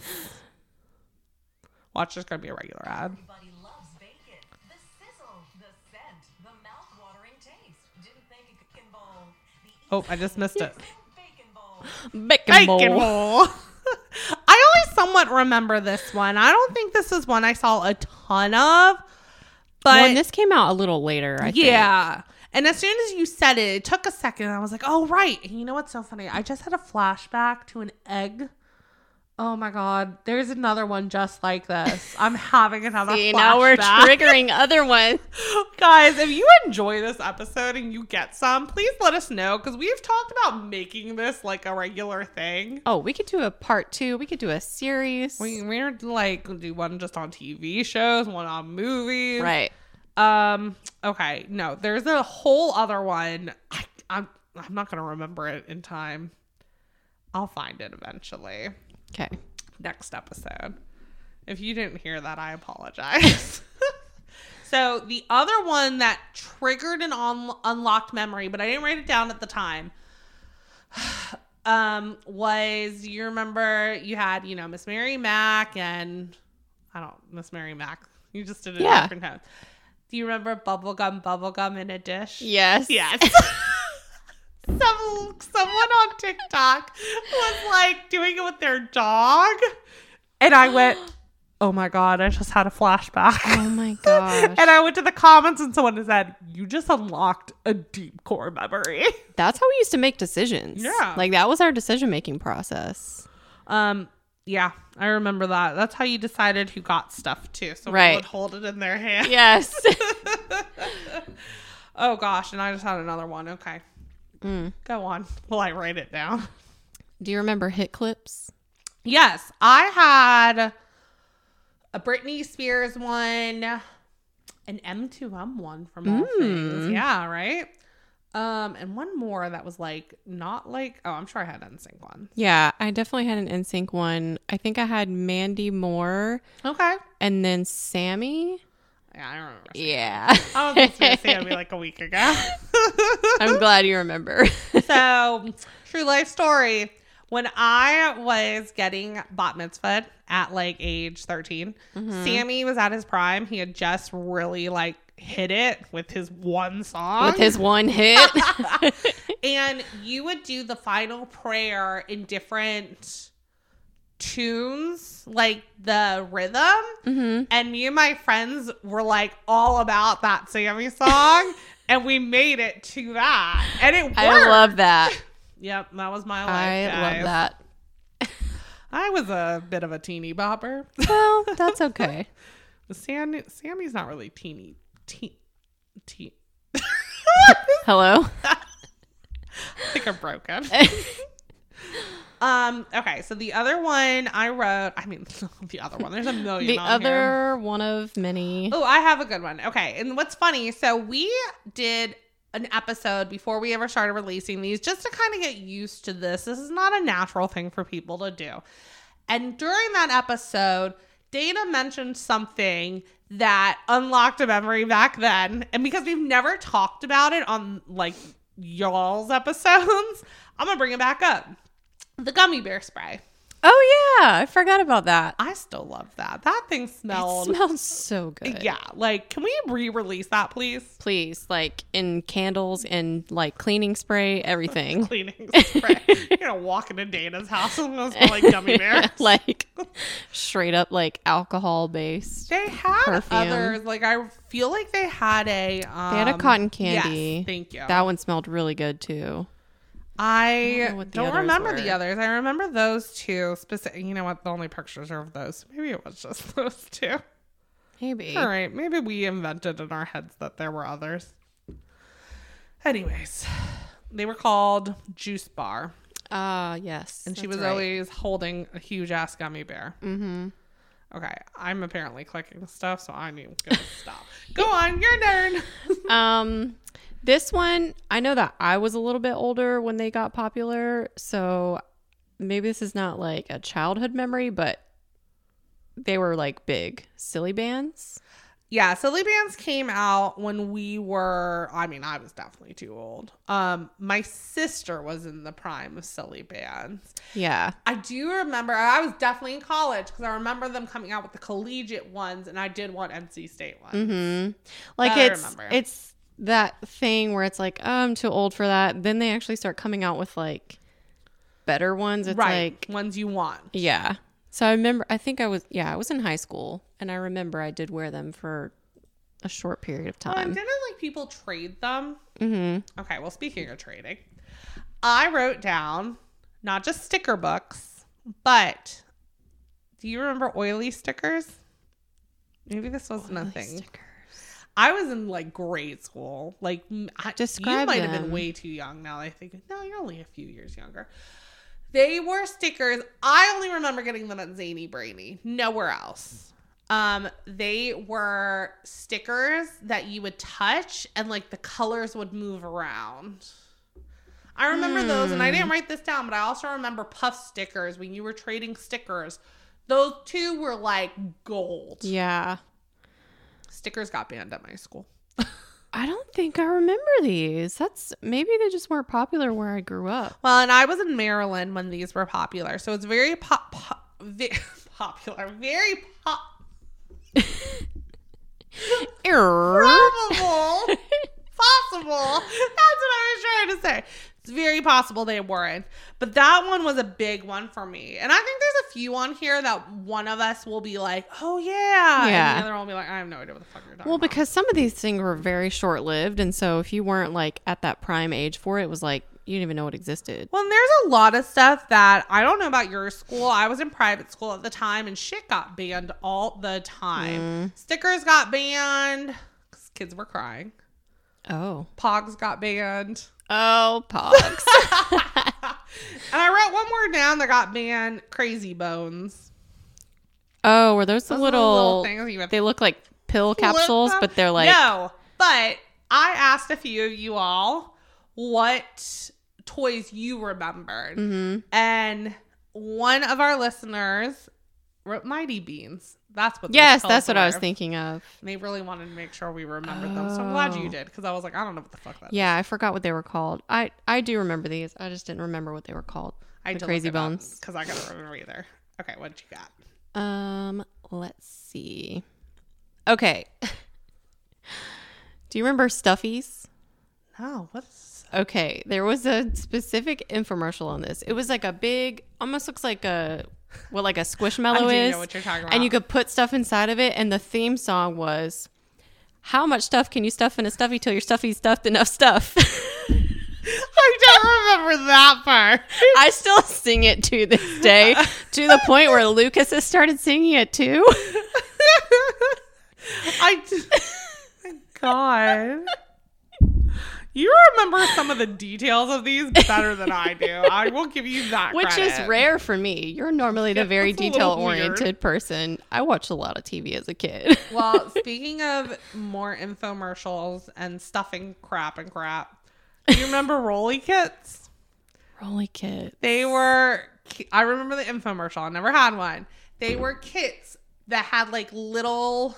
Watch, there's gonna be a regular ad.
Everybody loves bacon. The sizzle, the scent, the mouth-watering taste. Didn't think a bacon bowl. The
Oh, I just missed it.
easy bacon bowl.
Bacon,
Bacon
bowl.
roll. I only somewhat remember this one. I don't think this is one I saw a ton of, but
Well, and this came out a little later, I think.
yeah. And as soon as you said it, it took a second. And I was like, oh, right. And you know what's so funny? I just had a flashback to an egg Oh my god, there's another one just like this. I'm having another flashback.
See, now we're triggering other ones.
Guys, if you enjoy this episode and you get some, please let us know because we've talked about making this like a regular thing.
Oh, we could do a part two. We could do a series.
We, we're like do one just on TV shows, one on movies.
right.
Um. Okay. No, there's a whole other one. I, I'm I'm not gonna remember it in time. I'll find it eventually.
Okay.
Next episode. If you didn't hear that, I apologize. so the other one that triggered an on- unlocked memory, but I didn't write it down at the time. Um, was you remember you had you know Miss Mary Mack and I don't Miss Mary Mack. You just did it
Yeah.
a different time. Do you remember bubblegum, bubblegum in a dish?
Yes.
Yes. Some, someone on TikTok was like doing it with their dog. And I went, oh my God, I just had a flashback.
Oh my gosh.
And I went to the comments and someone said, you just unlocked a deep core memory.
That's how we used to make decisions.
Yeah.
Like that was our decision making process.
Um, yeah, I remember that. That's how you decided who got stuff too. So
Right.
we would hold it in their hand.
Yes.
Oh gosh, and I just had another one. Okay.
Mm.
Go on. Will I write it down?
do you remember hit clips?
Yes, I had a Britney Spears one, an M2M one from all things.
Mm.
Yeah, right. Um, and one more that was like not like oh, I'm sure I had NSYNC one.
Yeah, I definitely had an NSYNC one. I think I had Mandy Moore
Okay.
and then Sammy.
Yeah, I remember.
Yeah.
I was listening to Sammy like a week ago.
I'm glad you remember.
so true life story. When I was getting bat mitzvah at like age 13,
Mm-hmm.
Sammy was at his prime. He had just really like hit it with his one song.
With his one hit.
and you would do the final prayer in different tunes, like the rhythm.
mm-hmm.
And me and my friends were like all about that Sammy song. and we made it to that. And it worked.
I love that.
Yep, that was my life.
I
guys.
love that.
I was a bit of a teeny bopper.
Well, that's okay.
Sam, Sammy's not really teeny. Teen, teen.
Hello.
I think I'm broken. um. Okay. So the other one I wrote. I mean, the other one. There's a million.
the
on here.
other one of many.
Oh, I have a good one. Okay. And what's funny, so we did an episode before we ever started releasing these just to kind of get used to this. This is not a natural thing for people to do. And during that episode, Dana mentioned something that unlocked a memory back then. And because we've never talked about it on like y'all's episodes, I'm going to bring it back up. The gummy bear spray.
Oh yeah, I forgot about that.
I still love that. That thing
It
smelled.
smells so good.
yeah, like can we re-release that please?
Please, like in candles and like cleaning spray, everything.
cleaning spray. You're gonna walk into Dana's house and it's gonna smell like gummy bears.
like straight up like alcohol based.
they had
Perfume.
others. Like I feel like they had a. Um,
They had a cotton
yes,
candy.
thank you.
That one smelled really good too.
I
don't
don't,
know what the others
remember the
were.
others. I remember those two specific. You know what? The only pictures are of those. Maybe it was just those two.
Maybe.
All right. Maybe we invented in our heads that there were others. Anyways, they were called Juice Bar,
Ah, yes.
and she was always holding a huge ass gummy bear.
Mm-hmm.
Okay, I'm apparently clicking stuff, so I need to stop. Go on, you're a nerd.
Um, this one, I know that I was a little bit older when they got popular, so maybe this is not like a childhood memory, but they were like big silly bands.
yeah, Silly Bands came out when we were, I mean, I was definitely too old. Um, my sister was in the prime of Silly Bands.
Yeah.
I do remember, I was definitely in college because I remember them coming out with the collegiate ones, and I did want NC State ones.
hmm Like
That I
it's
remember.
it's that thing where it's like oh, I'm too old for that. Then they actually start coming out with like better ones. It's
right,
like
ones you want.
yeah. So I remember. I think I was yeah I was in high school and I remember I did wear them for a short period of
Um,
time.
didn't like people trade them?
hmm
Okay, well, speaking of trading, I wrote down not just sticker books, but Do you remember oily stickers? Maybe this wasn't a thing.
Stickers.
I was in like grade school. Like m- I, you
Describe
might have been
them.
way too young. Now that I think no, you're only a few years younger. They were stickers. I only remember getting them at Zany Brainy. Nowhere else. Um, they were stickers that you would touch and like the colors would move around. I remember those, and I didn't
Hmm.
write this down, but I also remember puff stickers when you were trading stickers. Those two were like gold.
Yeah.
Stickers got banned at my school.
I don't think I remember these. That's maybe they just weren't popular where I grew up.
Well, and I was in Maryland when these were popular, so it's very pop, pop very popular, very pop.
Err.
Probable, possible. That's what I was trying to say. It's very possible they weren't, but that one was a big one for me. And I think there's a few on here that one of us will be like, "Oh yeah,"
Yeah.
and the other one will be like, "I have no idea what the fuck you're talking
Well,
about."
because some of these things were very short lived. And so if you weren't like at that prime age for it, it was like you didn't even know it existed.
Well, and there's a lot of stuff that I don't know about your school. I was in private school at the time, and shit got banned all the time. Stickers got banned because kids were crying.
Oh.
Pogs got banned.
Oh, pogs.
And I wrote one word down that got banned crazy bones.
oh, were those the
Those are the
little,
things you have
They look like pill
flip
capsules,
them.
but they're like.
No, but I asked a few of you all what toys you remembered.
Mhm.
And one of our listeners wrote Mighty Beans. That's what those
Yes,
pills
that's what I was
were.
thinking of.
And they really wanted to make sure we remembered them. So I'm glad you
Oh.
did because I was like, I don't know what the fuck that is.
Yeah, I forgot what they were called. I I do remember these. I just didn't remember what they were called.
I
the crazy bones.
Because I gotta remember either. Okay, what you got?
Um, let's see. Okay. do you remember Stuffies?
No, what's
Okay, there was a specific infomercial on this. It was like a big, almost looks like a what like a
I do
squishmallow is.
know what you're talking about.
and you could put stuff inside of it. And the theme song was, "How much stuff can you stuff in a stuffy till your stuffy's stuffed enough stuff?"
I don't remember that part.
I still sing it to this day, to the point where Lucas has started singing it too.
I my God. You remember some of the details of these better than I do. I will give you that.
Which is
credit.
rare for me. You're normally the very
that's a little
detail oriented person. I watched a lot of TV as a kid.
Well, speaking of more infomercials and stuffing crap and crap, do you remember Rolly Kits?
Rolly Kid.
They were, I remember the infomercial. I never had one. They were kits that had like little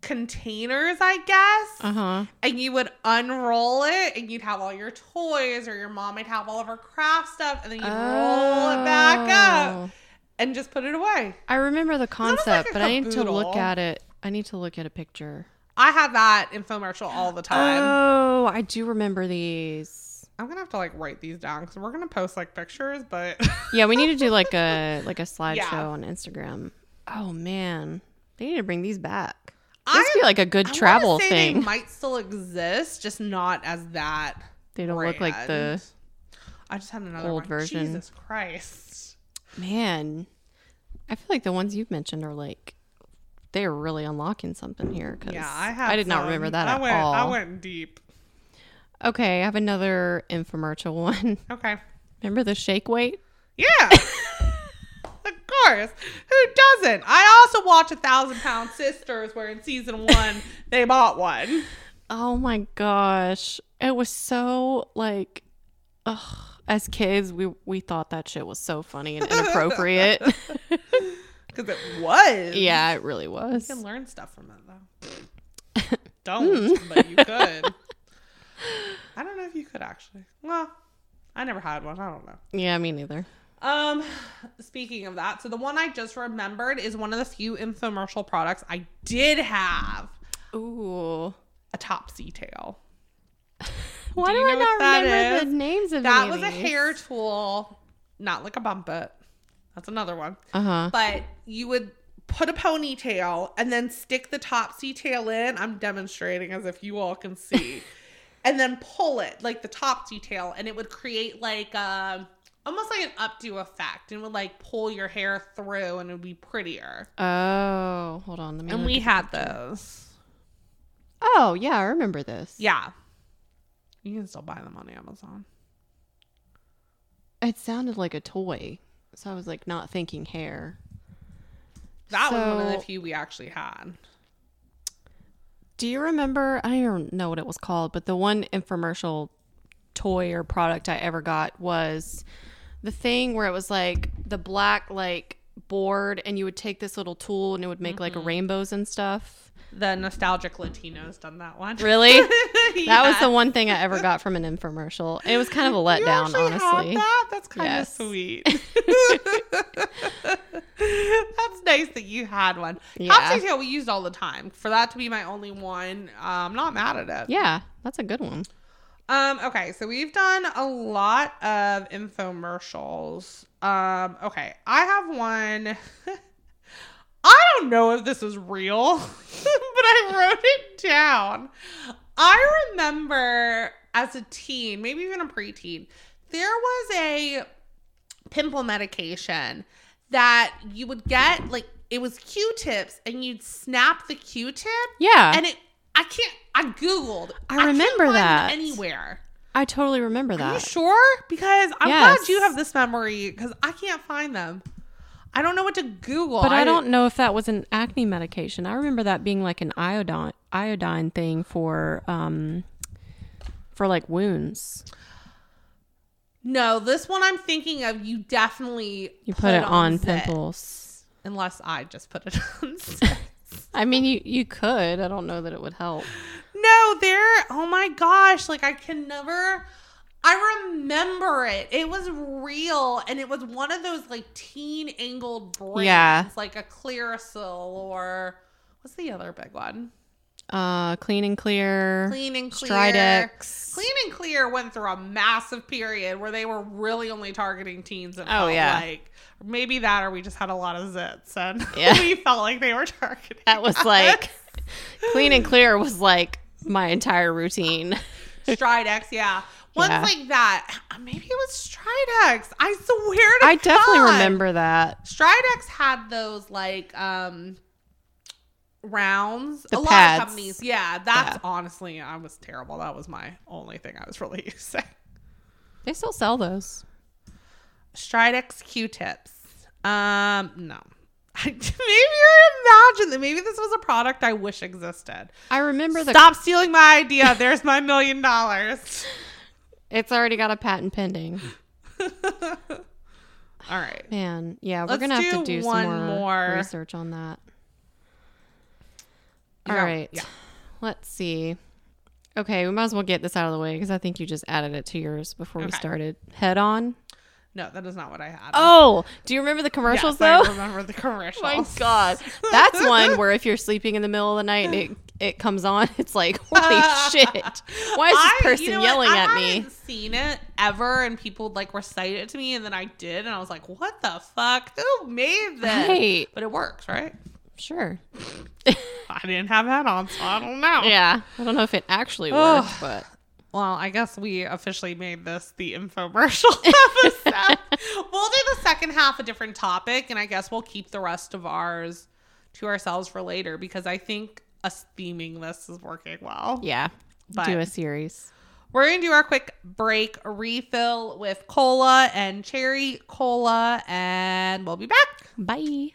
containers, I guess.
Uh huh.
and you would unroll it and you'd have all your toys or your mom would have all of her craft stuff and then you'd roll it back
Oh.
up and just put it away.
I remember the
almost
concept,
like a
but I need to
caboodle.
look at it. I need to look at a picture.
I have that infomercial all the time.
Oh, I do remember these.
I'm gonna have to like write these down because we're gonna post like pictures, but
Yeah, we need to do like a like a slideshow
Yeah.
on Instagram. Oh man, they need to bring these back. This
I-
would be like a good
I wanna
travel
say
thing.
They might still exist, just not as that.
They don't look like the
brand. I just had another
old
one.
version.
Jesus Christ.
man. I feel like the ones you've mentioned are like they're really unlocking something here because
Yeah, I
I,
have.
did not
some.
remember that
I
at
went,
all.
I went deep.
Okay, I have another infomercial one.
Okay.
Remember the shake weight?
Yeah. of course. Who doesn't? I also watch A Thousand Pound Sisters, where in season one, they bought one.
Oh my gosh. It was so like ugh. as kids we we thought that shit was so funny and inappropriate.
Because it was.
yeah, it really
You can
was.
learn stuff from it, though. Don't, but you could. I don't know if you could actually. Well, I never had one. I don't know.
Yeah, me neither.
Um, speaking of that, so the one I just remembered is one of the few infomercial products I did have
Ooh.
a topsy tail.
Why
Do
do,
you
I
know what that
not remember
is?
the names of
That
any
was
of
a
these?
hair tool, not like a bump it. That's another one.
Uh-huh.
But you would put a ponytail and then stick the topsy tail in. I'm demonstrating as if you all can see. and then pull it like the topsy tail and it would create like a almost like an updo effect and would like pull your hair through and it would be prettier.
Oh, hold on. Let me
And
look
we
at-
had those.
Oh, yeah, I remember this.
Yeah. You can still buy them on Amazon.
It sounded like a toy. So I was like not thinking hair.
That was one of the
So-
few we actually had.
Do you remember? I don't know what it was called, but the one infomercial toy or product I ever got was the thing where it was like the black like board, and you would take this little tool and it would make like
Mm-hmm.
rainbows and stuff.
The nostalgic Latinos done that one.
Really? That was
Yeah.
the one thing I ever got from an infomercial. It was kind of a
You
letdown,
actually have
honestly.
that? That's kind of
Yes.
sweet. That's nice that you had one.
Yeah.
Cupcake Tail we used all the time. For that to be my only one, uh, I'm not mad at it.
Yeah, that's a good one.
Um, okay, so we've done a lot of infomercials. Um, okay, I have one. I don't know if this is real, but I wrote it down. I remember as a teen, maybe even a preteen, there was a pimple medication that you would get like it was Q-tips and you'd snap the Q-tip
Yeah,
and it I can't I googled.
I
can't
remember
find it
that.
anywhere.
I totally remember
Are you
that.
sure? Because I'm
Uh, Yes.
glad you have this memory because I can't find them. I don't know what to Google.
But I
didn't-
don't know if that was an acne medication. I remember that being like an iodine iodine thing for um for like wounds.
No, this one I'm thinking of. You definitely
You put it on
zit,
pimples.
unless I just put it on. zit.
I mean, you you could. I don't know that it would help.
no, there. Oh my gosh! Like I can never. I remember it. It was real, and it was one of those like teen angled brands,
Yeah.
like a Clearasil or what's the other big one?
Uh, clean and clear.
Clean and Clear.
Stridex.
Clean and Clear went through a massive period where they were really only targeting teens. And
Oh,
felt
yeah.
like maybe that, or we just had a lot of zits, and
Yeah.
we felt like they were targeting.
That was
us.
like clean and clear was like my entire routine.
Stridex, yeah. Ones
Yeah.
like that. uh, Maybe it was Stridex. I swear to
I definitely
God.
remember that.
Stridex had those like um rounds. a
The
lot
pads.
of companies. Yeah, that's
Yeah.
honestly I was terrible. That was my only thing I was really using.
They still sell those.
Stridex Q-tips. Um, no. maybe I imagine that maybe this was a product I wish existed.
I remember the.
Stop stealing my idea. There's my million dollars.
It's already got a patent pending.
All right.
Man, yeah, we're
Let's
gonna have
do
to do some
one
more,
more.
research on that.
You
All
got-
right.
yeah.
Let's see. Okay, we might as well get this out of the way because I think you just added it to yours before we
Okay.
started. Head on.
No, that is not what I had.
Oh, do you remember the
Yes,
commercials
I
though? Oh
remember the commercials.
my god, that's one where if you're sleeping in the middle of the night and it it comes on, it's like holy shit! Why is this
I-
person
you know what?
yelling
I
at me?
hadn't Seen it ever, and people like recite it to me, and then I did, and I was like, "What the fuck? Who made this?"
Right.
But it works, right?
Sure.
I didn't have that on, so I don't know.
Yeah, I don't know if it actually
Ugh.
worked, but
Well, I guess we officially made this the infomercial episode. we'll do the second half a different topic, and I guess we'll keep the rest of ours to ourselves for later because I think us theming this is working well.
yeah,
But-
do a series.
We're going to do our quick break refill with cola and cherry cola, and we'll be back.
Bye.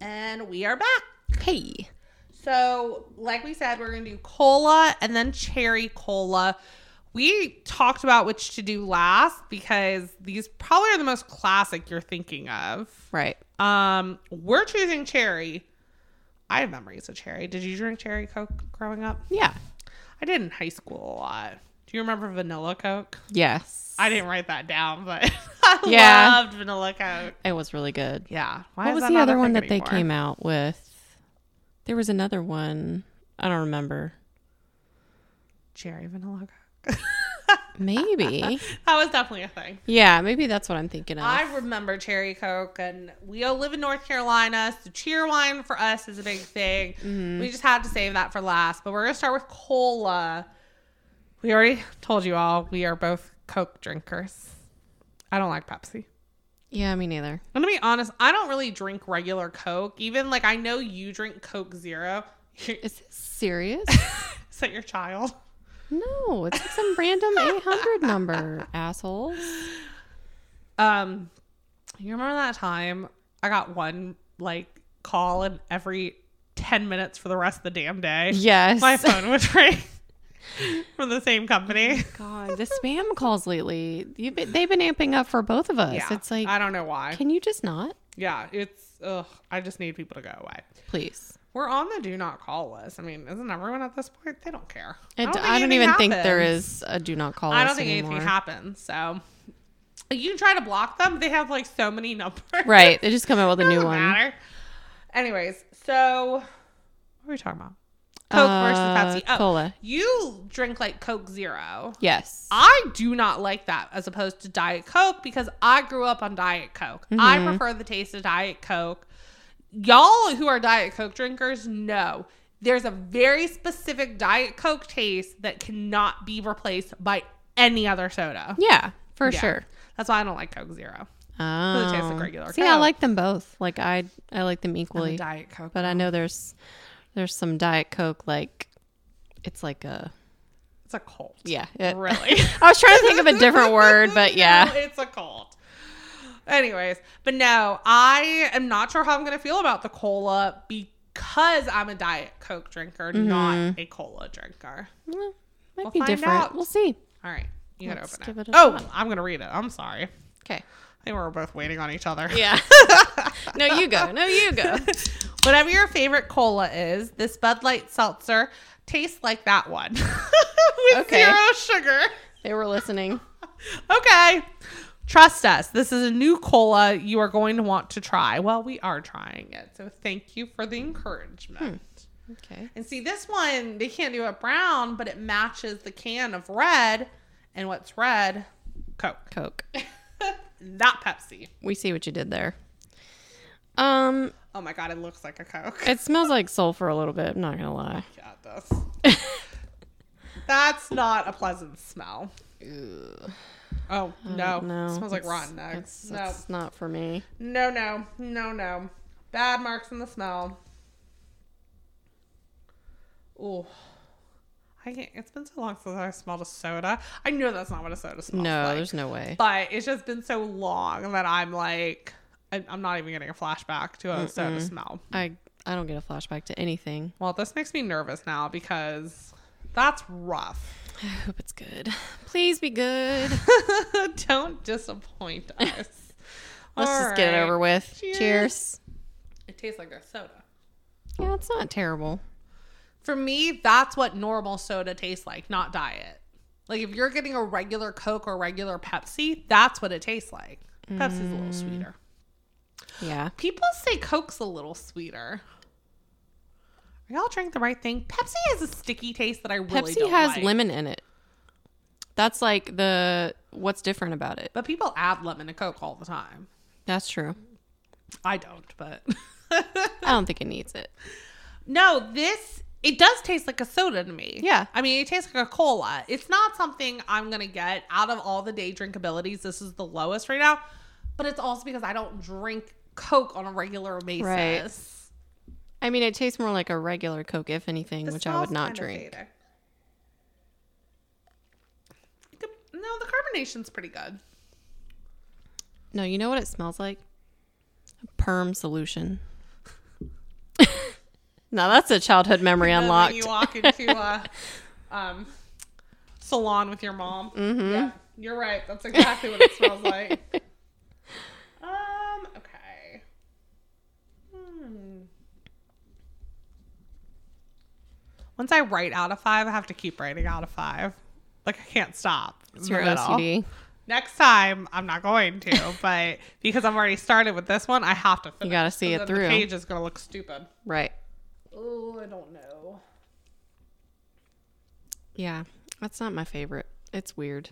And we are back.
Hey.
So, like we said, we're going to do cola and then cherry cola. We talked about which to do last because these probably are the most classic you're thinking of.
Right.
Um, we're choosing cherry. I have memories of cherry. Did you drink cherry coke growing up?
Yeah.
I did in high school a lot. Do you remember vanilla coke?
Yes.
I didn't write that down, but I
Yeah.
loved vanilla coke.
It was really good.
Yeah. Why
What
is
was
that
the
not a
other one
thing
that they
anymore?
came out with? There was another one. I don't remember.
Cherry vanilla coke.
Maybe.
that was definitely a thing.
yeah, maybe that's what I'm thinking of.
I remember cherry coke, and we all live in North Carolina, so cheer wine for us is a big thing. We just had to save that for last, but we're gonna start with cola. We already told you all we are both Coke drinkers. I don't like Pepsi.
Yeah, me neither.
I'm gonna be honest. I don't really drink regular Coke. Even like I know you drink Coke Zero. Is
Is this serious?
that your child?
no, it's like some random 800 number, assholes.
Um, you remember that time I got one like call and every ten minutes for the rest of the damn day.
Yes.
My phone would ring from the same company.
God, the spam calls lately. You've been, they've been amping up for both of us. It's like,
I don't know why.
can you just not?
yeah, it's ugh. I just need people to go away.
Please.
We're on the do not call list. I mean, isn't everyone at this point? They don't care.
I d- I don't,
anything
even think there
happens.
is a do not call
I don't
us
think
anymore.
anything happens. So you try to block them, they have like so many numbers.
Right. They just come out with a new
Doesn't
one.
matter. Anyways, so what are we talking about? Coke
Uh,
versus Pepsi. Oh,
cola.
you drink like Coke Zero.
Yes.
I do not like that as opposed to Diet Coke because I grew up on Diet Coke.
Mm-hmm.
I prefer the taste of Diet Coke. Y'all who are Diet Coke drinkers know there's a very specific Diet Coke taste that cannot be replaced by any other soda.
yeah, for
Yeah.
sure.
That's why I don't like Coke Zero.
Oh.
tastes like regular
See, I
Coke.
like them both. Like I, I like them equally.
Diet Coke.
But I know there's, there's some Diet Coke like, it's like a
It's a cult.
yeah. it-
Really?
I was trying to think of a different word, but yeah.
it's a cult. Anyways, but no, I am not sure how I'm going to feel about the cola because I'm a Diet Coke drinker,
Mm-hmm.
not a cola drinker.
Well, might
We'll
be
find
different.
out.
We'll see.
All right. You gotta
Let's
open
give
it.
it a
oh, I'm gonna read it. I'm sorry.
Okay.
I think we're both waiting on each other.
Yeah. no, you go. No, you go.
Whatever your favorite cola is, this Bud Light seltzer tastes like that one with
Okay.
zero sugar.
They were listening.
okay. Trust us. This is a new cola you are going to want to try. Well, we are trying it. So thank you for the encouragement.
Hmm. Okay.
And see, this one, they can't do it brown, but it matches the can of red. And what's red? Coke.
Coke.
Not Pepsi.
We see what you did there. Um,
Oh my God, it looks like a Coke.
it smells like sulfur a little bit. I'm not gonna lie.
Yeah, it does. That's not a pleasant smell. Oh, no.
Mm, no,
It smells like
it's-
rotten eggs.
It's,
No. Oh,
it's not for me.
No, no, no, no. Bad marks in the smell. Ooh. I can't. It's been so long since I smelled a soda. I know that's not what a soda smells
No,
like.
there's no way.
But it's just been so long that I'm like, I- I'm not even getting a flashback to a soda smell.
I I don't get a flashback to anything.
Well, this makes me nervous now because that's rough.
I hope it's good. Please be good.
Don't disappoint us.
Let's just get it over with.
Cheers.
Cheers.
It tastes like a soda.
Yeah, it's not terrible.
For me, that's what normal soda tastes like, not diet. Like if you're getting a regular Coke or regular Pepsi, that's what it tastes like. Pepsi's a
Mm.
little sweeter.
Yeah.
People say Coke's a little sweeter. Are y'all drink the right thing? Pepsi has a sticky taste that I really
Pepsi
don't
has
like.
lemon in it. That's like the what's different about it.
but people add lemon to Coke all the time.
That's true.
I don't, but
I don't think it needs it.
no, this it does taste like a soda to me.
Yeah.
I mean, it tastes like a cola. It's not something I'm gonna get out of all the day drinkabilities. This is the lowest right now, but it's also because I don't drink Coke on a regular basis.
Right. I mean, it tastes more like a regular Coke, if anything,
This
which I would
smells
not
kinda
drink.
faded. No, the carbonation's pretty good.
No, you know what it smells like? A perm solution. now that's a childhood memory
And
unlocked.
When you walk into a um, salon with your mom.
Mm-hmm.
Yeah, you're right. That's exactly what it smells like. Um. Okay. Hmm. Once I write out of five, I have to keep writing out of five. Like I can't stop.
It's
in the
your
middle.
OCD.
Next time, I'm not going to, but because I've already started with this one, I have to finish.
gotta see
'cause
it
then
through.
The page is gonna look stupid.
Right.
Oh, I don't know.
Yeah. That's not my favorite. It's weird.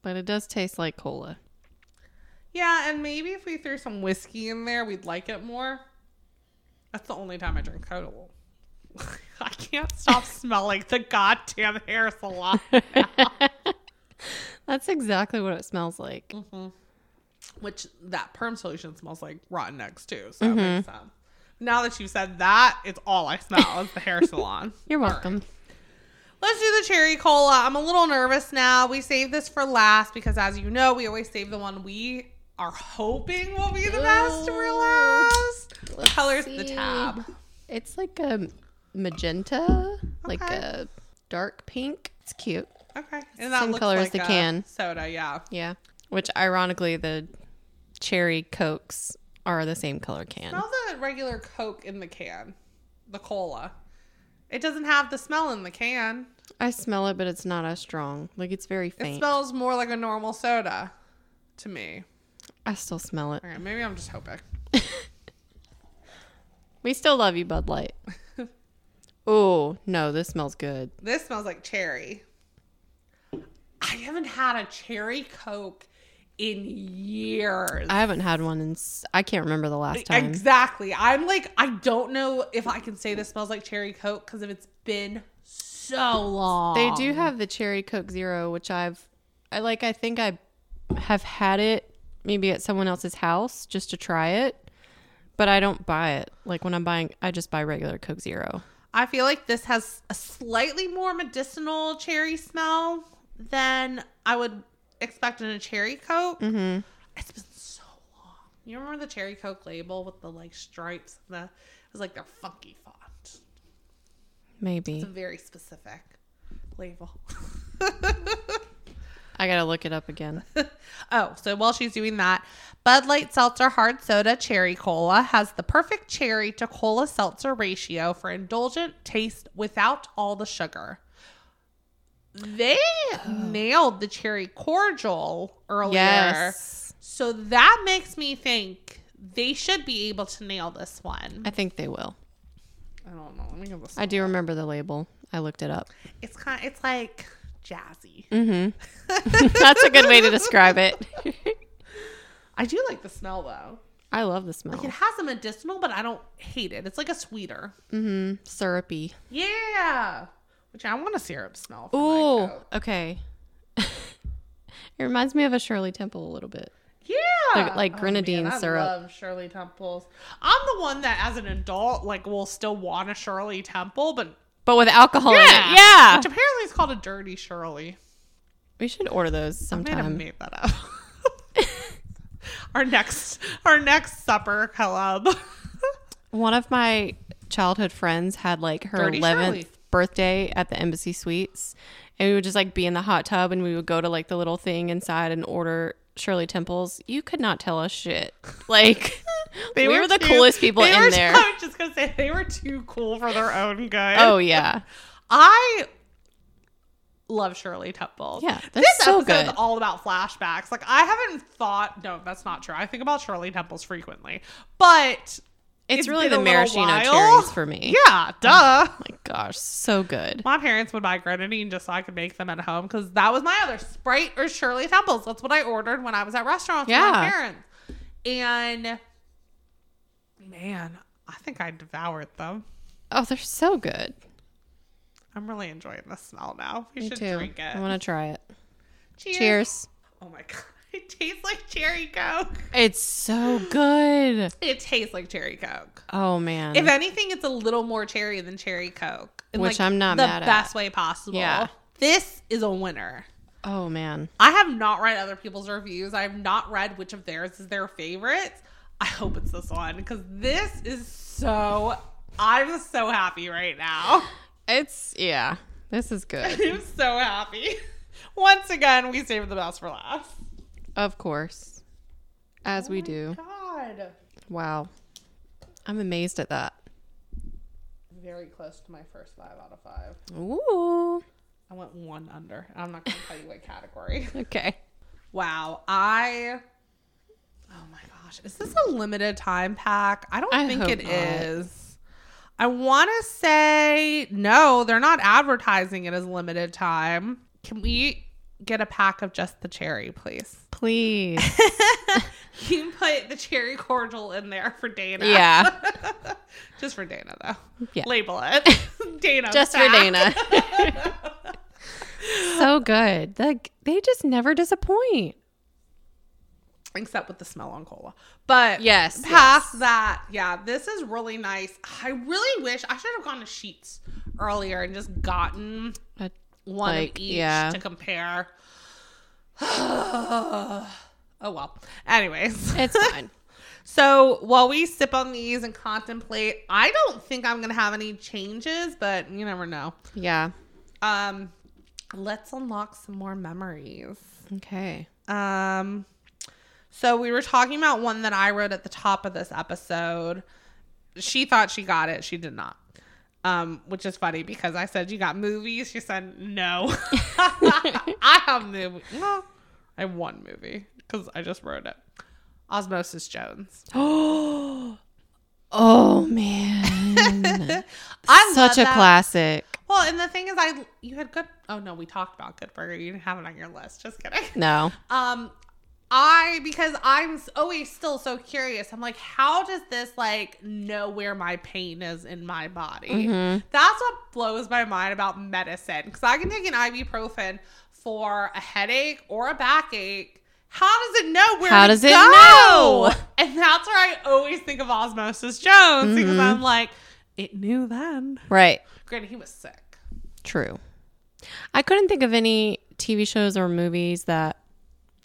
But it does taste like cola.
Yeah, and maybe if we threw some whiskey in there, we'd like it more. That's the only time I drink cola. I can't stop smelling the goddamn hair salon.
That's exactly what it smells like.
Mm. which that perm solution smells like rotten eggs too. So it
Mm-hmm.
makes sense. Now that you said that, it's all I smell is the hair salon.
You're welcome.
Let's do the cherry cola. I'm a little nervous now. We saved this for last because, as you know, we always save the one we are hoping will be the best for
Ooh.
last. What
Oh, Let's
color is the
see.
tab?
It's like a magenta, like
Okay.
a dark pink. It's cute.
Okay. And that
Same
looks
color as
like
the
a
can.
Soda, yeah.
Yeah. Which ironically, the cherry cokes are the same color can.
Smell the regular Coke in the can, the cola. It doesn't have the smell in the can.
I smell it, but it's not as strong. Like it's very
It
faint.
smells more like a normal soda to me.
I still smell it.
All right, maybe I'm just hoping.
We still love you, Bud Light. oh no, this smells good.
This smells like cherry. I haven't had a cherry Coke in years.
I haven't had one in. s- I can't remember the last time.
Exactly. I'm like, I don't know if I can say this smells like cherry Coke because if it's been so long.
They do have the cherry Coke Zero, which I've, I like. I think I have had it maybe at someone else's house just to try it, but I don't buy it. Like when I'm buying, I just buy regular Coke Zero.
I feel like this has a slightly more medicinal cherry smell than I would expect in a cherry Coke.
Mm-hmm.
It's been so long. You remember the cherry Coke label with the like stripes and the it was like their funky font.
Maybe
It's a very specific label.
I gotta look it up again.
oh, so while she's doing that, Bud Light Seltzer Hard Soda Cherry Cola has the perfect cherry to cola seltzer ratio for indulgent taste without all the sugar. They nailed the cherry cordial earlier.
Yes,
So that makes me think they should be able to nail this one.
I think they will.
I don't know. Let me give this.
I do remember the label. I looked it up.
It's kind. It's like jazzy.
Mm-hmm. That's a good way to describe it.
I do like the smell though.
I love the
It
smell.
has a medicinal, but I don't hate it. It's like a sweeter.
Mm-hmm. Syrupy.
Yeah. Which I want a syrup smell. For my
Ooh,
Coke.
okay. it reminds me of a Shirley Temple a little bit.
Yeah.
Like- like
Oh,
grenadine
man,
syrup.
I love Shirley Temples. I'm the one that, as an adult, like will still want a Shirley Temple, but
But with alcohol in it.
yeah,
Yeah.
which apparently is called a dirty Shirley.
We should order those
I might have
sometime.
made that up. our next, our next supper club.
One of my childhood friends had like her
Dirty
11th
Shirley.
birthday at the Embassy Suites. And we would just like be in the hot tub and we would go to like the little thing inside and order Shirley Temples. You could not tell us shit. Like, we were, the
too-
coolest people
they
in
were-
there.
I was just gonna say they were too cool for their own good.
oh, yeah.
I love Shirley Temple.
Yeah, they're
this
so
episode's
good.
all about flashbacks. Like I haven't thought. No, that's not true. I think about Shirley Temples frequently, but
It's,
It's
really
been
the
a little
maraschino
while.
cherries for me. Oh
yeah, duh.
My gosh, so good.
My parents would buy grenadine just so I could make them at home because that was my other Sprite or Shirley Temples. That's what I ordered when I was at restaurants with my
Yeah.
parents. And man, I think I devoured them.
Oh, they're so good.
I'm really enjoying the smell now. We
Me
should
too.
drink it.
I want to try it.
Cheers.
Cheers.
Oh my god, it tastes like cherry coke.
It's so good.
It tastes like cherry coke.
Oh man.
If anything, it's a little more cherry than cherry coke, in,
Which I'm not
the
mad at.
best way possible.
Yeah.
This is a winner.
oh man.
I have not read other people's reviews. I have not read which of theirs is their favorites. I hope it's this one because this is so. I'm so happy right now.
It's yeah. This is good.
I'm so happy. Once again, we saved the best for last.
of course. As we do.
God,
Wow. I'm amazed at that.
very close to my first five out of five.
Ooh.
I went one under. I'm not going to tell you what category.
Okay.
Wow. I. Oh my gosh. Is this a limited time pack? I don't
I
think
hope
it is.
not.
I want to say no, they're not advertising it as limited time. Can we get a pack of just the cherry, please?
Please.
You can put the cherry cordial in there for Dana.
yeah.
just for Dana, though.
Yeah.
Label it. Dana.
Just for
pack.
Dana. so good. Like they just never disappoint.
except with the smell on cola. But
Yes,
past that, yeah, this is really nice. I really wish I should have gone to Sheets earlier and just gotten
But,
one
like,
of each
yeah.
to compare. oh well. Anyways,
It's fine.
so while we sip on these and contemplate, I don't think I'm gonna have any changes, but you never know.
Yeah.
Um, let's unlock some more memories.
Okay.
Um, so we were talking about one that I wrote at the top of this episode. She thought she got it. She did not. Um, which is funny because I said you got movies. She said no. I have movie. Well, I have one movie because I just wrote it. Osmosis Jones.
Oh. Oh man.
I
Such
love
a
that.
classic.
Well, and the thing is, I you had good. Oh no, we talked about Good Burger. You didn't have it on your list. Just kidding.
No.
um i because i'm s- always still so curious i'm like how does this like know where my pain is in my body
Mm-hmm.
that's what blows my mind about medicine because i can take an ibuprofen for a headache or a backache how does it know where
How
to
does it
go?
know?
and that's where i always think of osmosis jones
Mm-hmm.
because i'm like it knew then
Right.
granted he was sick
True. I couldn't think of any TV shows or movies that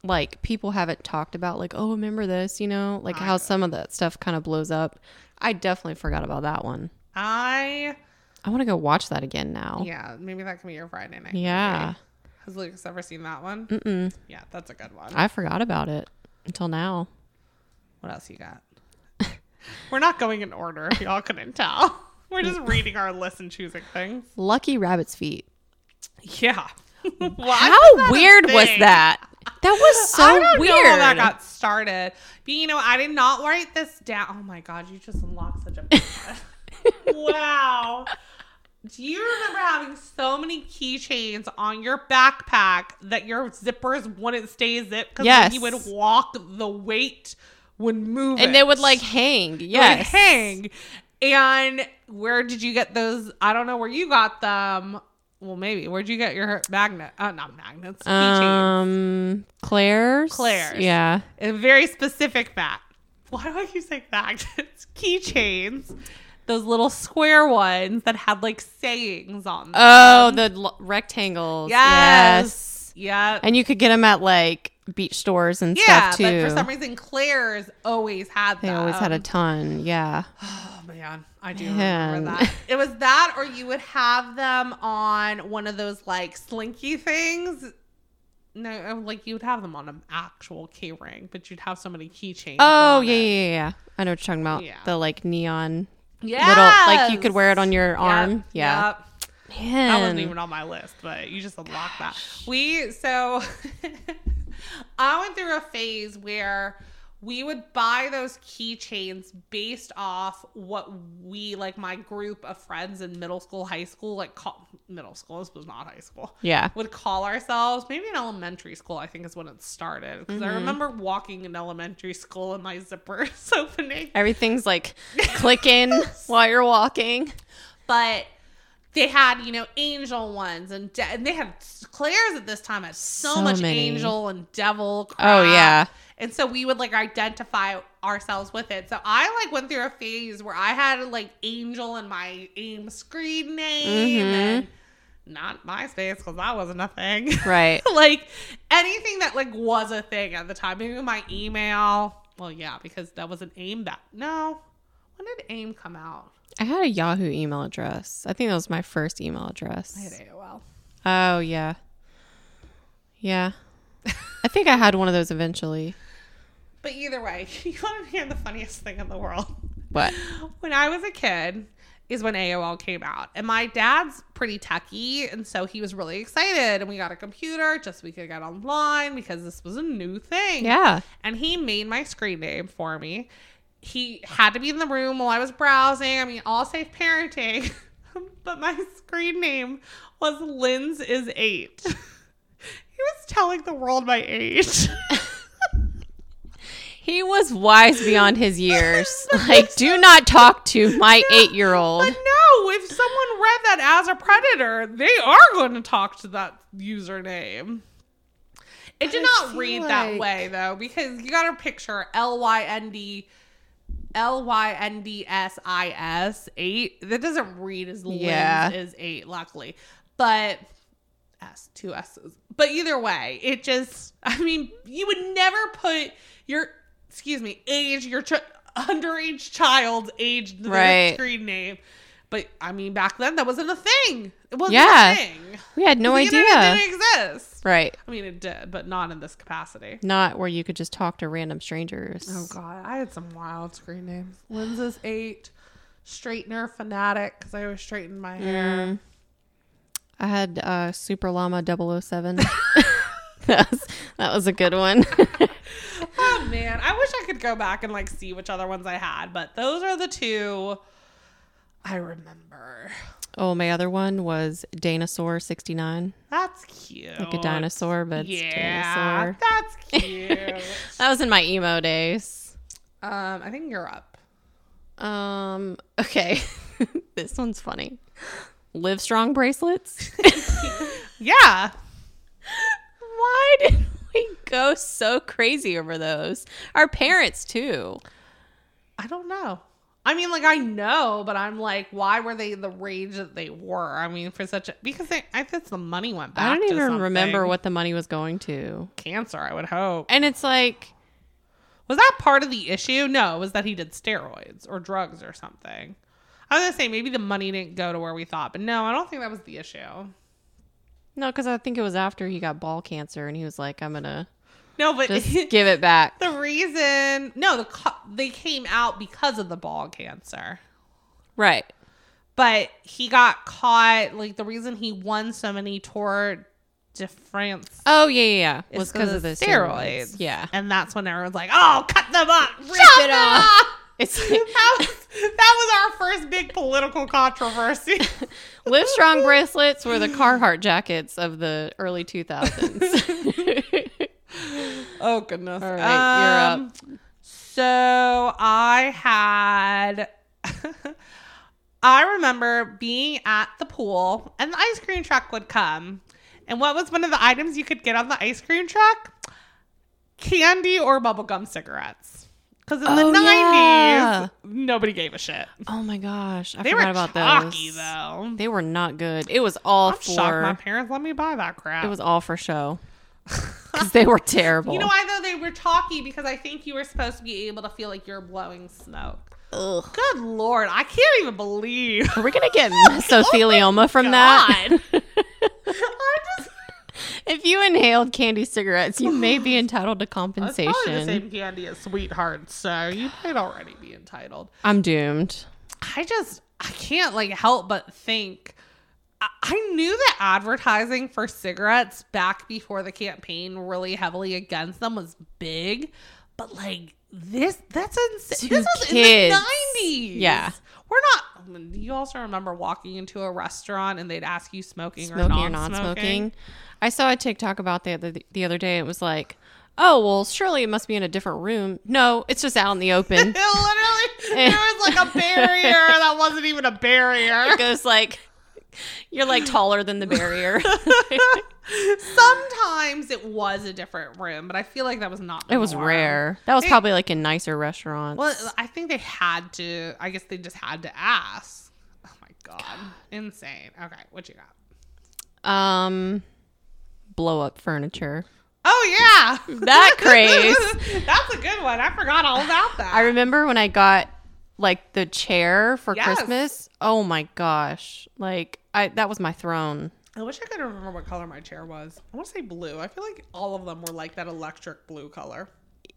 like people haven't talked about like oh remember this, you know, like how some of that stuff kind of blows up. I definitely forgot about that one.
i
I want to go watch that again now.
yeah maybe that can be your friday night
Yeah.
movie. has lucas ever seen that one yeah that's a good one
I forgot about it until now.
What else you got? We're not going in order, if y'all couldn't tell. We're just reading our list and choosing things.
Lucky Rabbit's Feet.
Yeah. Why was that
How
a
weird was
thing?
that? That was so
I don't
weird.
know how that got started. But you know, I did not write this down. Oh my god, you just unlocked such a Wow. Do you remember having so many keychains on your backpack that your zippers wouldn't stay zipped because
Yes.
you would walk, the weight would move,
and
it.
it would like hang.
like,
Yes.
hang. And where did you get those? I don't know where you got them. Well, maybe where'd you get your magnet? Uh, not magnets, keychains.
Um Claire's.
Claire's.
Yeah.
A very specific mat. Why do I keep saying magnets? keychains. Those little square ones that had like sayings on them.
Oh, the l- rectangles.
Um, yes. Yeah.
And you could get them at like beach stores and
yeah,
stuff too.
but for some reason, um, Claire's always had
they
them.
always had a ton. Yeah.
Oh man, I do
Man.
remember that. It was that, or you would have them on one of those like slinky things. No, uh, like you would have them on an actual key ring, but you'd have so many keychains.
Oh,
on
yeah,
it.
yeah, yeah, yeah. I know what you're talking about.
Yeah.
The like neon little, like you could wear it on your
Yes.
arm.
Yep,
Yeah.
yep.
Man.
That wasn't even on my list, but you just unlocked that. We so I went through a phase where we would buy those keychains based off what we like my group of friends in middle school, high school, like call, middle school. This was not high school.
yeah.
Would call ourselves maybe in elementary school. I think is when it started because
Mm-hmm.
I remember walking in elementary school and my zippers opening.
Everything's like clicking while you're walking.
but they had you know angel ones and de- and they had Claire's at this time had so,
So
much
many.
angel and devil.
Oh,
crap.
yeah.
and so we would like identify ourselves with it. So I like went through a phase where I had like angel in my AIM screen name
Mm-hmm.
and not MySpace because that wasn't a thing.
Right.
like anything that like was a thing at the time. Maybe my email. Well, yeah, because that was an AIM back. No, when did AIM come out?
I had a Yahoo email address. I think that was my first email
I had
address.
AOL.
Oh, yeah. Yeah. I think I had one of those eventually.
But either way, you want to hear the funniest thing in the world?
What?
When I was a kid, is when AOL came out, and my dad's pretty techy, and so he was really excited, and we got a computer just so we could get online because this was a new thing.
Yeah.
and he made my screen name for me. He had to be in the room while I was browsing. I mean, all safe parenting, but my screen name was Lynn's is eight. he was telling the world my age.
He was wise beyond his years. like, do not talk to my eight year old.
But no, if someone read that as a predator, they are going to talk to that username. It did
I just
not
feel
read that
like-
way though, because you got to picture L Y N D L Y N D S I S eight. That doesn't read as Lynn's
Yeah.
is eight, luckily, but S two S's. But either way, it just. I mean, you would never put your excuse me age your ch- underage child's age into their
Right.
screen name. But I mean, back then that wasn't a thing. It wasn't
Yeah.
a thing.
We had no
the internet
idea.
didn't exist.
Right.
I mean, it did, but not in this capacity.
Not where you could just talk to random strangers.
Oh God, I had some wild screen names. Lindsay's eight, straightener fanatic because I always straightened my hair.
I had uh, Super Llama 007. that, was, that was a good one.
Oh man, I wish I could go back and like see which other ones I had, but those are the two I remember.
oh, my other one was Dinosaur 69.
That's cute.
Like a dinosaur, but it's
Yeah,
dinosaur.
that's cute.
That was in my emo days.
um, I think you're up.
Um, okay. this one's funny. Live strong bracelets.
Yeah.
Why did we go so crazy over those? Our parents too.
I don't know. I mean, like I know, but I'm like, why were they the rage that they were? I mean, for such a because they, I think the money went back.
I don't
to
even
something.
remember what the money was going to.
cancer. I would hope
And it's like,
was that part of the issue? No, it was that he did steroids or drugs or something. I was gonna say maybe the money didn't go to where we thought, but no, I don't think that was the issue.
no, because I think it was after he got ball cancer and he was like, I'm going to
No, but
just give it back.
the reason no, the co- they came out because of the ball cancer.
Right.
but he got caught. Like the reason he won so many Tour de France
Oh, yeah, yeah, yeah.
is
Was because of the steroids. Yeah.
and that's when everyone's like, "Oh, cut them up, rip
it
them
off."
up."
It's like,
That was, that was our first big political controversy.
Live Strong bracelets were the Carhartt jackets of the early 2000s.
oh goodness! Um,
All right, you're up.
So I had. I remember being at the pool and the ice cream truck would come. And what was one of the items you could get on the ice cream truck? Candy or bubblegum cigarettes. Because in
Oh,
the 90s,
yeah.
nobody gave a shit.
oh my gosh. I
They
forgot
were
about
chalky,
those.
though.
They were not good. It was all
I'm
for
shocked my parents let me buy that crap.
it was all for show. Because they were terrible.
you know why, though? They were chalky because I think you were supposed to be able to feel like you're blowing smoke.
Ugh.
Good Lord. I can't even believe.
Are we gonna get mesothelioma from that?
Oh God. I just
If you inhaled candy cigarettes, you may be entitled to
That's probably the
compensation.
same candy as Sweetheart, so you might already be entitled.
I'm doomed.
I just I can't like help but think. I, I knew that advertising for cigarettes back before the campaign really heavily against them was big, but like this that's
To
insane. This was
kids.
in the nineties.
Yeah.
We're not. I mean, do you also remember walking into a restaurant and they'd ask you smoking,
Smoking
or
or
non
non-smoking? I saw a TikTok about that the, the other day. It was like, oh well, surely it must be in a different room. No, it's just out in the open.
It literally, there was like a barrier that wasn't even a barrier.
it goes like, you're like taller than the barrier.
Sometimes it was a different room, but I feel like that was not. the
it was
norm.
rare. That was
It-
probably like in nicer restaurants.
Well, I think they had to. I guess they just had to ask. Oh my god, insane. Okay, what you got?
Um, blow up furniture.
Oh yeah,
That craze.
That's a good one. I forgot all about that.
I remember when I got like the chair for
Yes.
Christmas. Oh my gosh! Like I that was my throne.
I wish I could remember what color my chair was. I want to say blue. I feel like all of them were like that electric blue color.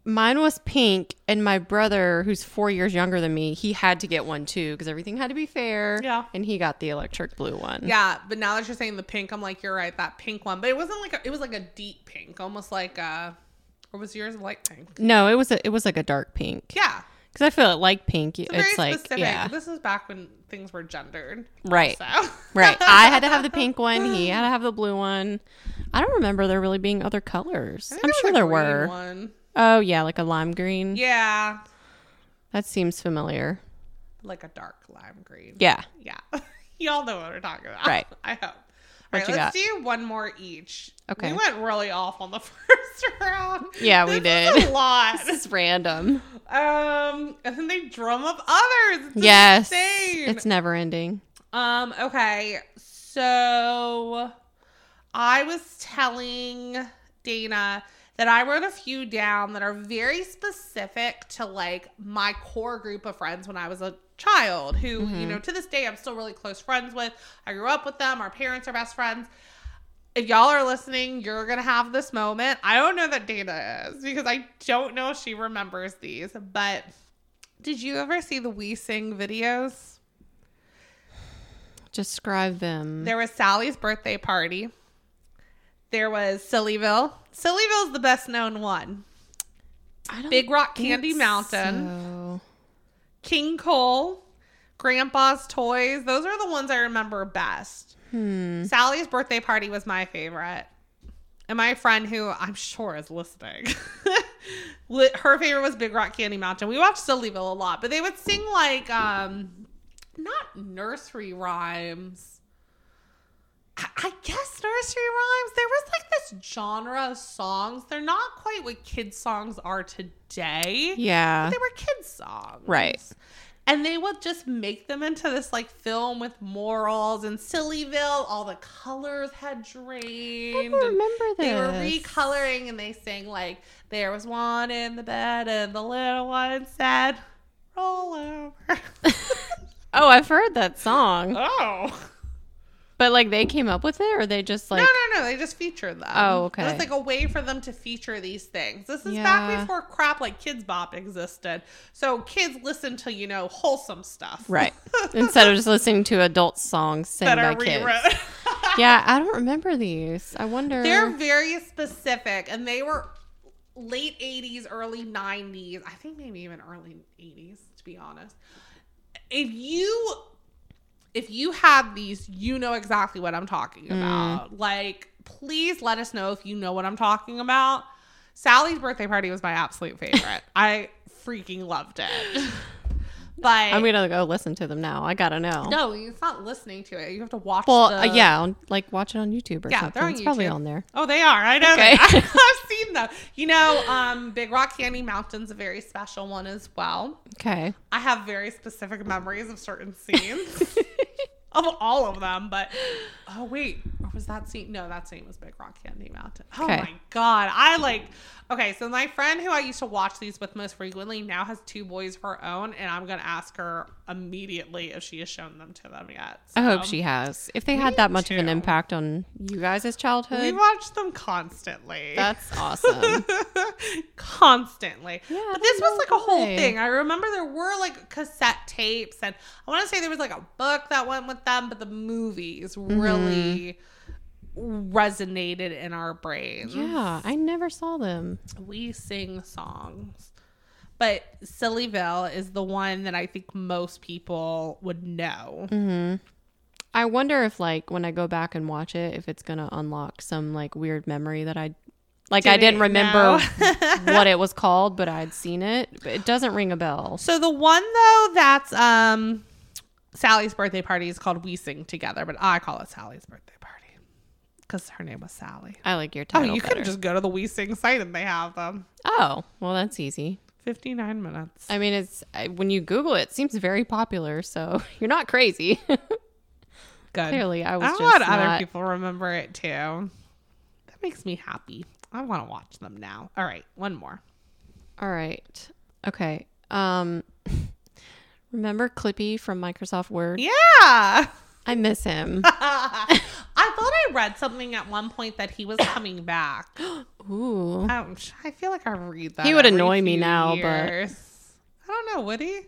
Mine was pink, and my brother, who's four years younger than me, he had to get one too because everything had to be fair.
Yeah.
and he got the electric blue one.
Yeah, but now that you're saying the pink, I'm like, you're right, that pink one. But it wasn't like a, it was like a deep pink, almost like a. Or was yours light pink?
No, it was a, it was like a dark pink
Yeah,
because I feel it like pink. It's,
it's very
like
specific.
yeah,
This is back when things were gendered.
right,
So
right. I had to have the pink one. He had to have the blue one. I don't remember there really being other colors.
I think
I'm
was
sure
a
there
green
were.
One.
Oh yeah, like a lime green.
Yeah,
That seems familiar.
like a dark lime green.
Yeah.
Yeah. Y'all know what we're talking about.
Right.
I hope. All right,
What you
let's do one more each.
Okay.
We went really off on the first round.
Yeah, we
This is
did.
A lot.
This is random.
Um, and then they drum up others. It's
yes.
insane.
It's never ending.
Um, okay. So I was telling Dana that I wrote a few down that are very specific to like my core group of friends when I was a child, who, you know, to this day I'm still really close friends with. I grew up with them, our parents are best friends. If y'all are listening, you're gonna have this moment. I don't know that Dana is because I don't know if she remembers these, but did you ever see the We Sing videos?
Describe them.
There was Sally's birthday party. There was Sillyville. Sillyville's the best known one.
I don't
Big Rock
think
Candy Mountain,
so.
King Cole, Grandpa's Toys. Those are the ones I remember best.
Hmm.
Sally's birthday party was my favorite. And my friend, who I'm sure is listening, li- her favorite was Big Rock Candy Mountain. We watched Sillyville a lot, but they would sing like, um, not nursery rhymes. I, I guess nursery rhymes. There was like this genre of songs. They're not quite what kids' songs are today.
Yeah.
They were kids' songs.
Uh-huh. Right.
And they would just make them into this like film with morals and Sillyville, all the colors had
I
drained.
don't
and
remember this.
They were recoloring and they sang like there was one in the bed and the little one said, Roll over.
Oh, I've heard that song.
oh.
But like they came up with it or they just like
no, no, no. They just featured them.
Oh,
It was
okay.
like a way for them to feature these things. This is back
Yeah.
before crap like Kids Bop existed. So kids listen to, you know, wholesome stuff.
Right. Instead of just listening to adult songs sung
that
by
are
kids.
rewrote.
Yeah, I don't remember these. I wonder.
They're very specific and they were late 80s, early 90s. I think maybe even early 80s, to be honest. If you if you have these, you know exactly what I'm talking
Mm.
about. Like, please let us know if you know what I'm talking about. Sally's birthday party was my absolute favorite. I freaking loved it. But
I'm gonna go listen to them now. I gotta know.
no, it's not listening to it. You have to watch.
well,
the,
uh, yeah, on- like watch it on YouTube or
Yeah,
something.
they're on
it's probably
YouTube.
on there.
Oh, they are. I know.
Okay.
that. I've seen them. You know, um, Big Rock Candy Mountain's a very special one as well.
Okay.
I have very specific memories of certain scenes. of all of them, but oh wait, or was that scene? No, that scene was Big Rock Candy Mountain. Oh
Okay.
my god, I like. Okay, so my friend who I used to watch these with most frequently now has two boys of her own, and I'm gonna ask her immediately if she has shown them to them yet.
I hope
So,
she has. If they
Um, me
had that much of an
too.
impact on you guys'
We
childhood,
watch them constantly.
that's awesome.
constantly.
Yeah, I
but this was
don't know
like a whole
why.
thing. I remember there were like cassette tapes, and I want to say there was like a book that went with them, but the movies
Mm-hmm.
really resonated in our brains.
yeah, I never saw them.
We sing songs. But Sillyville is the one that I think most people would know.
Mm. I wonder if like when I go back and watch it, if it's gonna unlock some like weird memory that I. Like I
Didn't
didn't remember
know.
what it was called, but I'd seen it. But it doesn't ring a bell.
So the one though that's um Sally's birthday party is called We Sing Together, but I call it Sally's birthday party because her name was Sally.
I like your
Oh,
title.
you
better.
could just go to the We Sing site and they have them.
Oh, well, that's easy.
Fifty nine minutes.
I mean, it's I- when you Google it, it seems very popular. So you're not crazy.
Good.
Clearly, I was
I
just
want other
not-
people remember it too. That makes me happy. I want to watch them now. All right, one more.
All right. Okay. Um, remember Clippy from Microsoft Word?
Yeah.
I miss him.
I thought I read something at one point that he was coming back.
Ooh.
Um, sh- I feel like I read that.
He would
every
annoy me
few
now, but-
years. I don't know. Would he?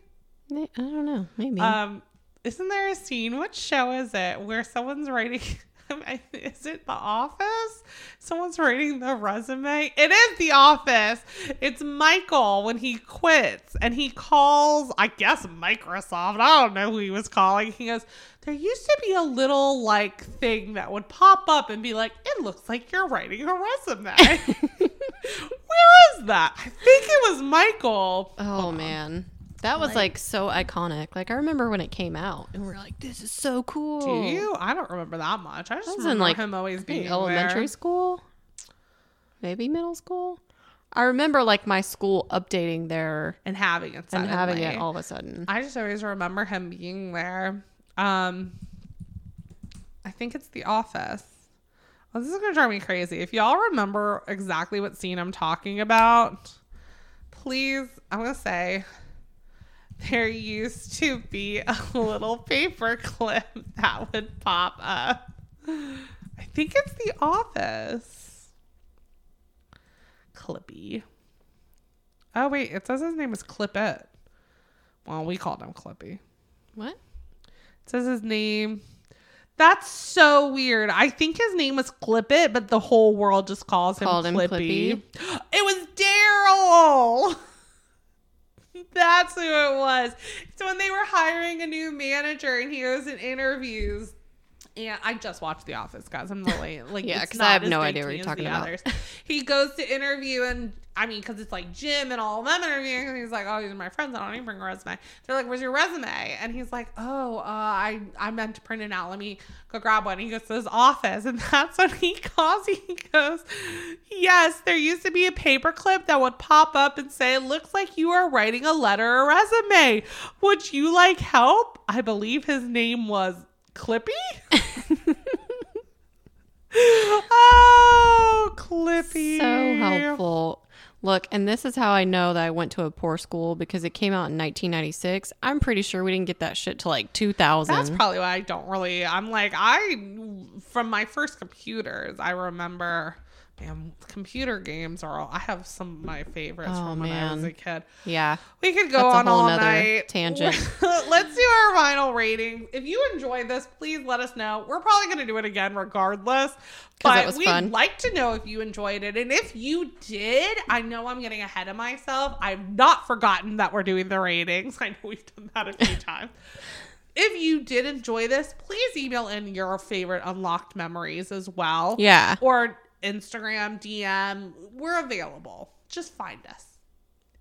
I don't know. Maybe.
Um, isn't there a scene? What show is it where someone's writing? Is it The Office? Someone's writing the resume. It is The Office. It's Michael when he quits and he calls, I guess, Microsoft. I don't know who he was calling. He goes, There used to be a little like thing that would pop up and be like, It looks like you're writing a resume. Where is that? I think it was Michael.
oh man, That was like so iconic. Like I remember when it came out, and we were like, "This is so cool."
Do you? I don't remember that much. I just
I was
remember
in like
him
I
always
think
being
elementary
there.
school, maybe middle school. I remember like my school updating their
and having it
and having it
suddenly.
all of a sudden.
I just always remember him being there. Um, I think it's The Office. Well, this is gonna drive me crazy. If y'all remember exactly what scene I'm talking about, please, I'm gonna say there used to be a little paper clip that would pop up. I think it's The Office. Clippy. Oh wait, it says his name is Clippet. Well, we called him Clippy.
What?
It says his name. That's so weird. I think his name was Clippet, but the whole world just calls him,
Called him
Clippy. It was Daryl. That's who it was. So when they were hiring a new manager and he was in interviews. And I just watched The Office, guys. I'm not late. Like,
Yeah,
it's
'cause I
not
have
as
no
big
idea
to
what
me
you're
as
talking
the
about.
others. He goes to interview, and I mean, because it's like Jim and all of them interviewing, and he's like, "Oh, these are my friends. I don't even bring a resume." They're like, "Where's your resume?" And he's like, "Oh, uh, I I meant to print it out. Let me go grab one." He goes to his office, and that's when he calls. He goes, "Yes, there used to be a paperclip that would pop up and say, looks like you are writing a letter or resume. Would you like help?'" I believe his name was Clippy. oh, Clippy.
So helpful. Look, and this is how I know that I went to a poor school because it came out in 1996. I'm pretty sure we didn't get that shit till like 2000.
That's probably why I don't really. I'm like, I, from my first computers, I remember, man, computer games are all, I have some of my favorites
Oh,
from when I was
man.
a kid.
yeah.
We could go
That's a
on
whole
all
nother
night.
tangent.
Let's do our final ratings. If you enjoyed this, please let us know. We're probably going to do it again regardless. But
it was
we'd
fun.
like to know if you enjoyed it. And if you did, I know I'm getting ahead of myself. I've not forgotten that we're doing the ratings. I know we've done that a few times. If you did enjoy this, please email in your favorite unlocked memories as well.
Yeah.
Or Instagram, DM. We're available. Just find us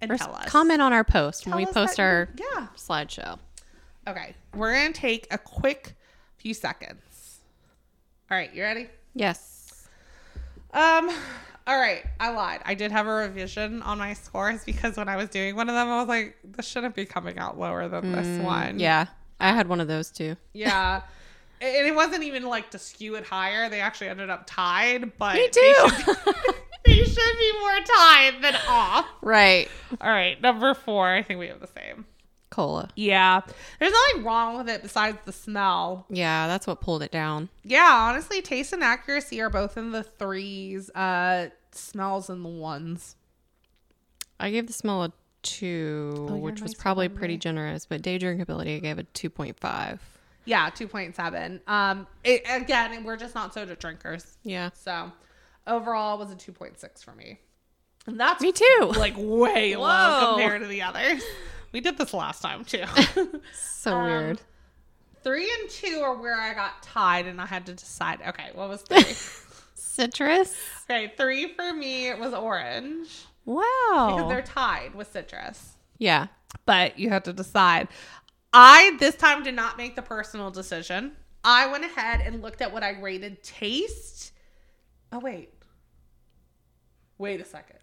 and
Or
tell us.
Comment on our post
Tell
when we
us that
post our
you- yeah.
slideshow.
Okay, we're gonna take a quick few seconds. All right, you ready?
Yes.
Um, all right, I lied. I did have a revision on my scores because when I was doing one of them, I was like, this shouldn't be coming out lower than this one.
Mm, Yeah. I had one of those too.
yeah. And it wasn't even like to skew it higher. They actually ended up tied, but
Me
they
too.
should be- they should be more tied than off.
Right.
All right, number four. I think we have the same.
Cola.
Yeah, there's nothing wrong with it besides the smell.
Yeah, that's what pulled it down.
Yeah, honestly, taste and accuracy are both in the threes. Uh, smells in the ones.
I gave the smell a two,
Oh, you're
which was
nicer
probably
than
pretty
me.
generous, but day drinkability I gave a 2.5.
Yeah, two point seven. Um, it, again, we're just not soda drinkers,
Yeah.
so overall it was a two point six for me. And that's
Me too.
like way
Whoa.
low compared to the others. We did this last time too.
So
Um,
weird.
Three and two are where I got tied, and I had to decide. Okay, what was three?
Citrus?
okay, three for me was orange because
Wow.
they're tied with citrus.
Yeah.
but you had to decide. I this time did not make the personal decision. I went ahead and looked at what I rated taste. Oh wait. Wait a second.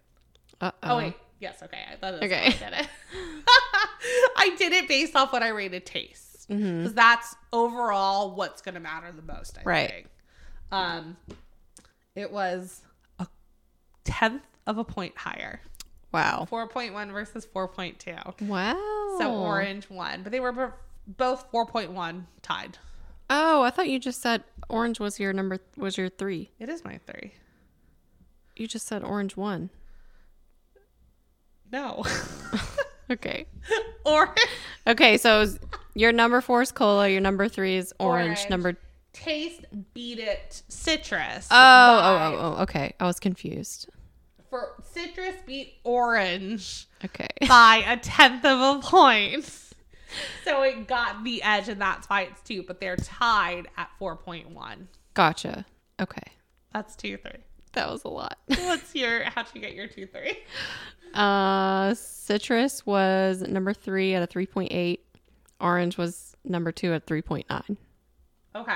Uh-oh.
Oh, wait. Yes, okay. I thought that's
Uh-huh. Okay.
okay. I did it. I did it based off what I rated taste. Because
Mm-hmm.
that's overall what's gonna matter the most, I
Right.
think. Um it was a tenth of a point higher.
Wow.
Four point one versus four point two.
Wow.
So orange won, but they were bo- both 4.1 tied.
Oh, I thought you just said orange was your number was your 3.
It is my three.
You just said orange 1.
No.
Okay.
or
Okay, so is- your number 4 is cola, your number 3 is orange,
Orange.
number
taste beat it citrus.
Oh, oh, oh, oh, okay. I was confused.
For citrus beat orange
Okay.
by a tenth of a point. So it got the edge, and that's why it's two, but they're tied at 4.1.
Gotcha. Okay.
That's two, three.
That was a lot.
What's your how'd you get your two three?
Uh, citrus was number three at a 3.8. Orange was number two at 3.9.
Okay.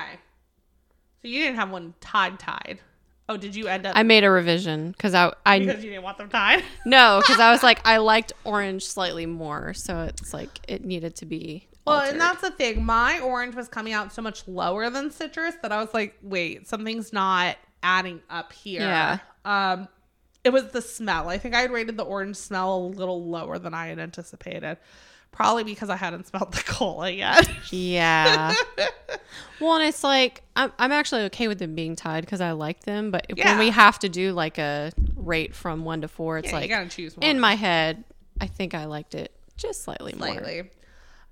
So you didn't have one tied tied. Oh, did you end up
I made a revision because I, I
because you didn't want them tied?
no, because I was like, I liked orange slightly more. So it's like it needed to be.
Well,
altered.
and that's the thing. My orange was coming out so much lower than citrus that I was like, wait, something's not adding up here.
Yeah.
Um, it was the smell. I think I had rated the orange smell a little lower than I had anticipated. Probably because I hadn't smelled the cola yet.
Yeah. well, and it's like I'm, I'm actually okay with them being tied because I like them, but
Yeah.
when we have to do like a rate from one to four, it's
Yeah, you
like
gotta choose one.
in my head, I think I liked it just slightly, more.
Slightly.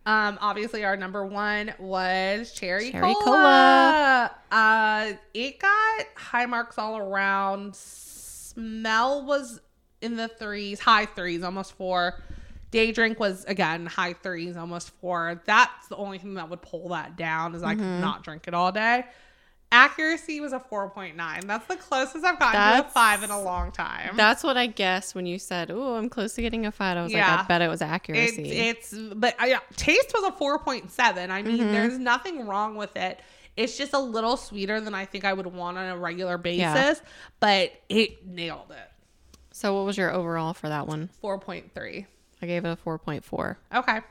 Um, obviously, our number one was cherry,
Cherry
cola. Uh, it got high marks all around. Smell was in the threes, high threes, almost four. Day drink was again high threes, almost four. That's the only thing that would pull that down is I
Mm-hmm.
could not drink it all day. Accuracy was a four point nine. That's the closest I've gotten to a
That's-
five in a long time.
That's what I guessed when you said, "Oh, I'm close to getting a five. I was
Yeah.
like, "I bet it was
It's,
accuracy."
it's but uh, yeah, taste was a 4.7. I mean, there's nothing wrong with it. It's just a little sweeter than I think I would want on a regular basis,
Yeah.
but it nailed it.
so, what was your overall for that one?
4.3.
I gave it a four point four.
Okay.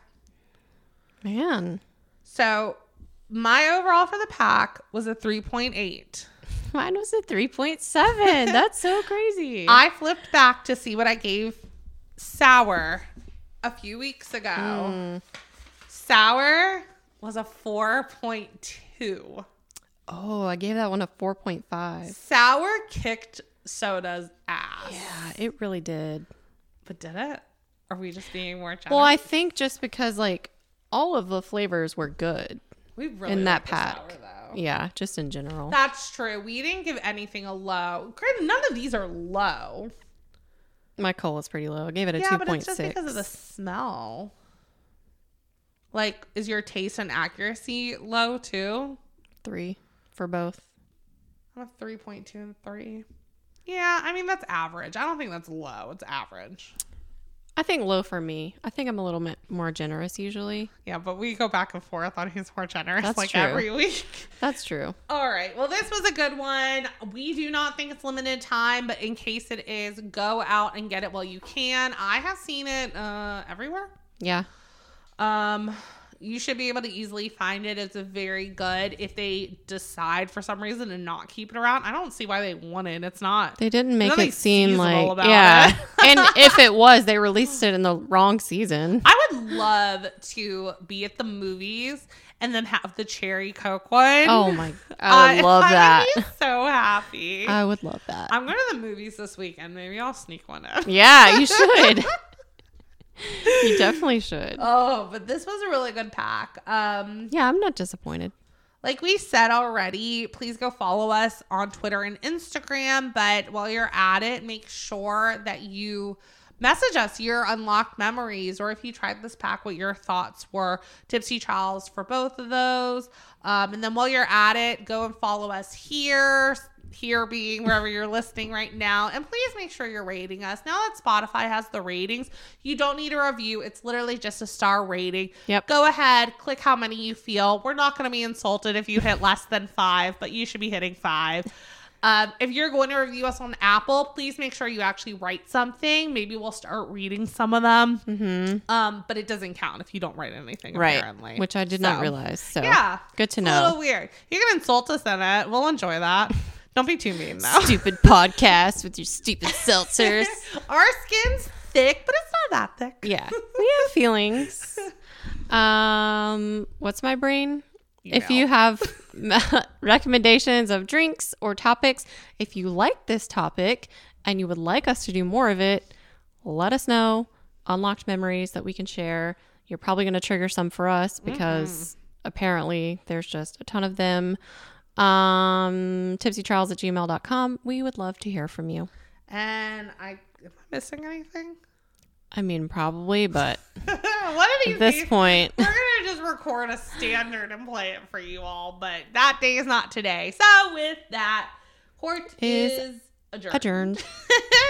Man,
So my overall for the pack was a 3.8.
mine was a three point seven. That's so crazy.
I flipped back to see what I gave Sour a few weeks ago. Sour was a 4.2.
oh, I gave that one a four point five.
Sour kicked soda's ass.
Yeah, it really did.
But did it? Are we just being more generous?
Well, I think just because like all of the flavors were good.
we really like
in that
the
pack.
sour, though.
Yeah, just in general.
That's true. We didn't give anything a low. Granted, none of these are low.
My cola's pretty low. I gave it a
yeah,
two
but
point
it's just
six.
because of the smell. Like, is your taste and accuracy low too?
Three for both.
I'm a three point two and three. Yeah, I mean that's average. I don't think that's low. It's average.
I think low for me. I think I'm a little bit more generous usually.
Yeah, but we go back and forth on who's more generous
That's
like
true.
every week.
That's true.
All right. Well, this was a good one. We do not think it's limited time, but in case it is, go out and get it while you can. I have seen it uh, everywhere.
Yeah.
Um, you should be able to easily find it. It's a very good. If they decide for some reason to not keep it around, I don't see why they want it. It's not.
They didn't make
nothing
it seem
seasonal
like
about
yeah.
it.
and if it was, they released it in the wrong season.
I would love to be at the movies and then have the cherry coke one.
Oh my! I would love that.
I'd be so happy.
I would love that.
I'm going to the movies this weekend. Maybe I'll sneak one in.
Yeah, you should. you definitely should.
Oh, but this was a really good pack. Um,
Um, Yeah, I'm not disappointed.
like we said already, please go follow us on Twitter and Instagram. But while you're at it, make sure that you message us your unlocked memories or if you tried this pack, what your thoughts were. Tipsy Trials for both of those. Um, and then while you're at it, go and follow us here. Here being wherever you're listening right now. And please make sure you're rating us. Now that Spotify has the ratings, you don't need a review. It's literally just a star rating.
Yep.
Go ahead, click how many you feel. We're not going to be insulted if you hit less than five, but you should be hitting five. Um, if you're going to review us on Apple, please make sure you actually write something. Maybe we'll start reading some of them.
Mm-hmm.
Um, but it doesn't count if you don't write anything,
Right,
apparently.
which I did
So,
not realize. So
Yeah.
good to
It's a little
know.
weird. You can insult us in it. We'll enjoy that. Don't be too mean, though.
Stupid podcast with your stupid seltzers.
Our skin's thick, but it's not that thick.
Yeah, we have feelings. Um, what's my brain? If
Email.
you have recommendations of drinks or topics, if you like this topic and you would like us to do more of it, let us know. Unlocked memories that we can share. You're probably going to trigger some for us because apparently there's just a ton of them. Um, tipsytrials at gmail.com. We would love to hear from you.
And I am I missing anything?
I mean, probably, but
what did he
at this point,
We're gonna just record a standard and play it for you all, but that day is not today. So with that, court
Is
is, adjourned.
Adjourned.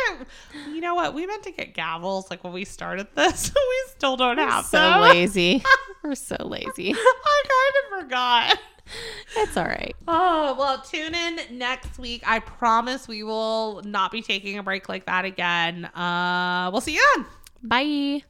you know what? We meant to get gavels like when we started this. we still don't have
so
them.
lazy. We're so lazy.
I kind of forgot.
It's all right.
Oh, well, tune in next week. I promise we will not be taking a break like that again. Uh, we'll see you then.
Bye.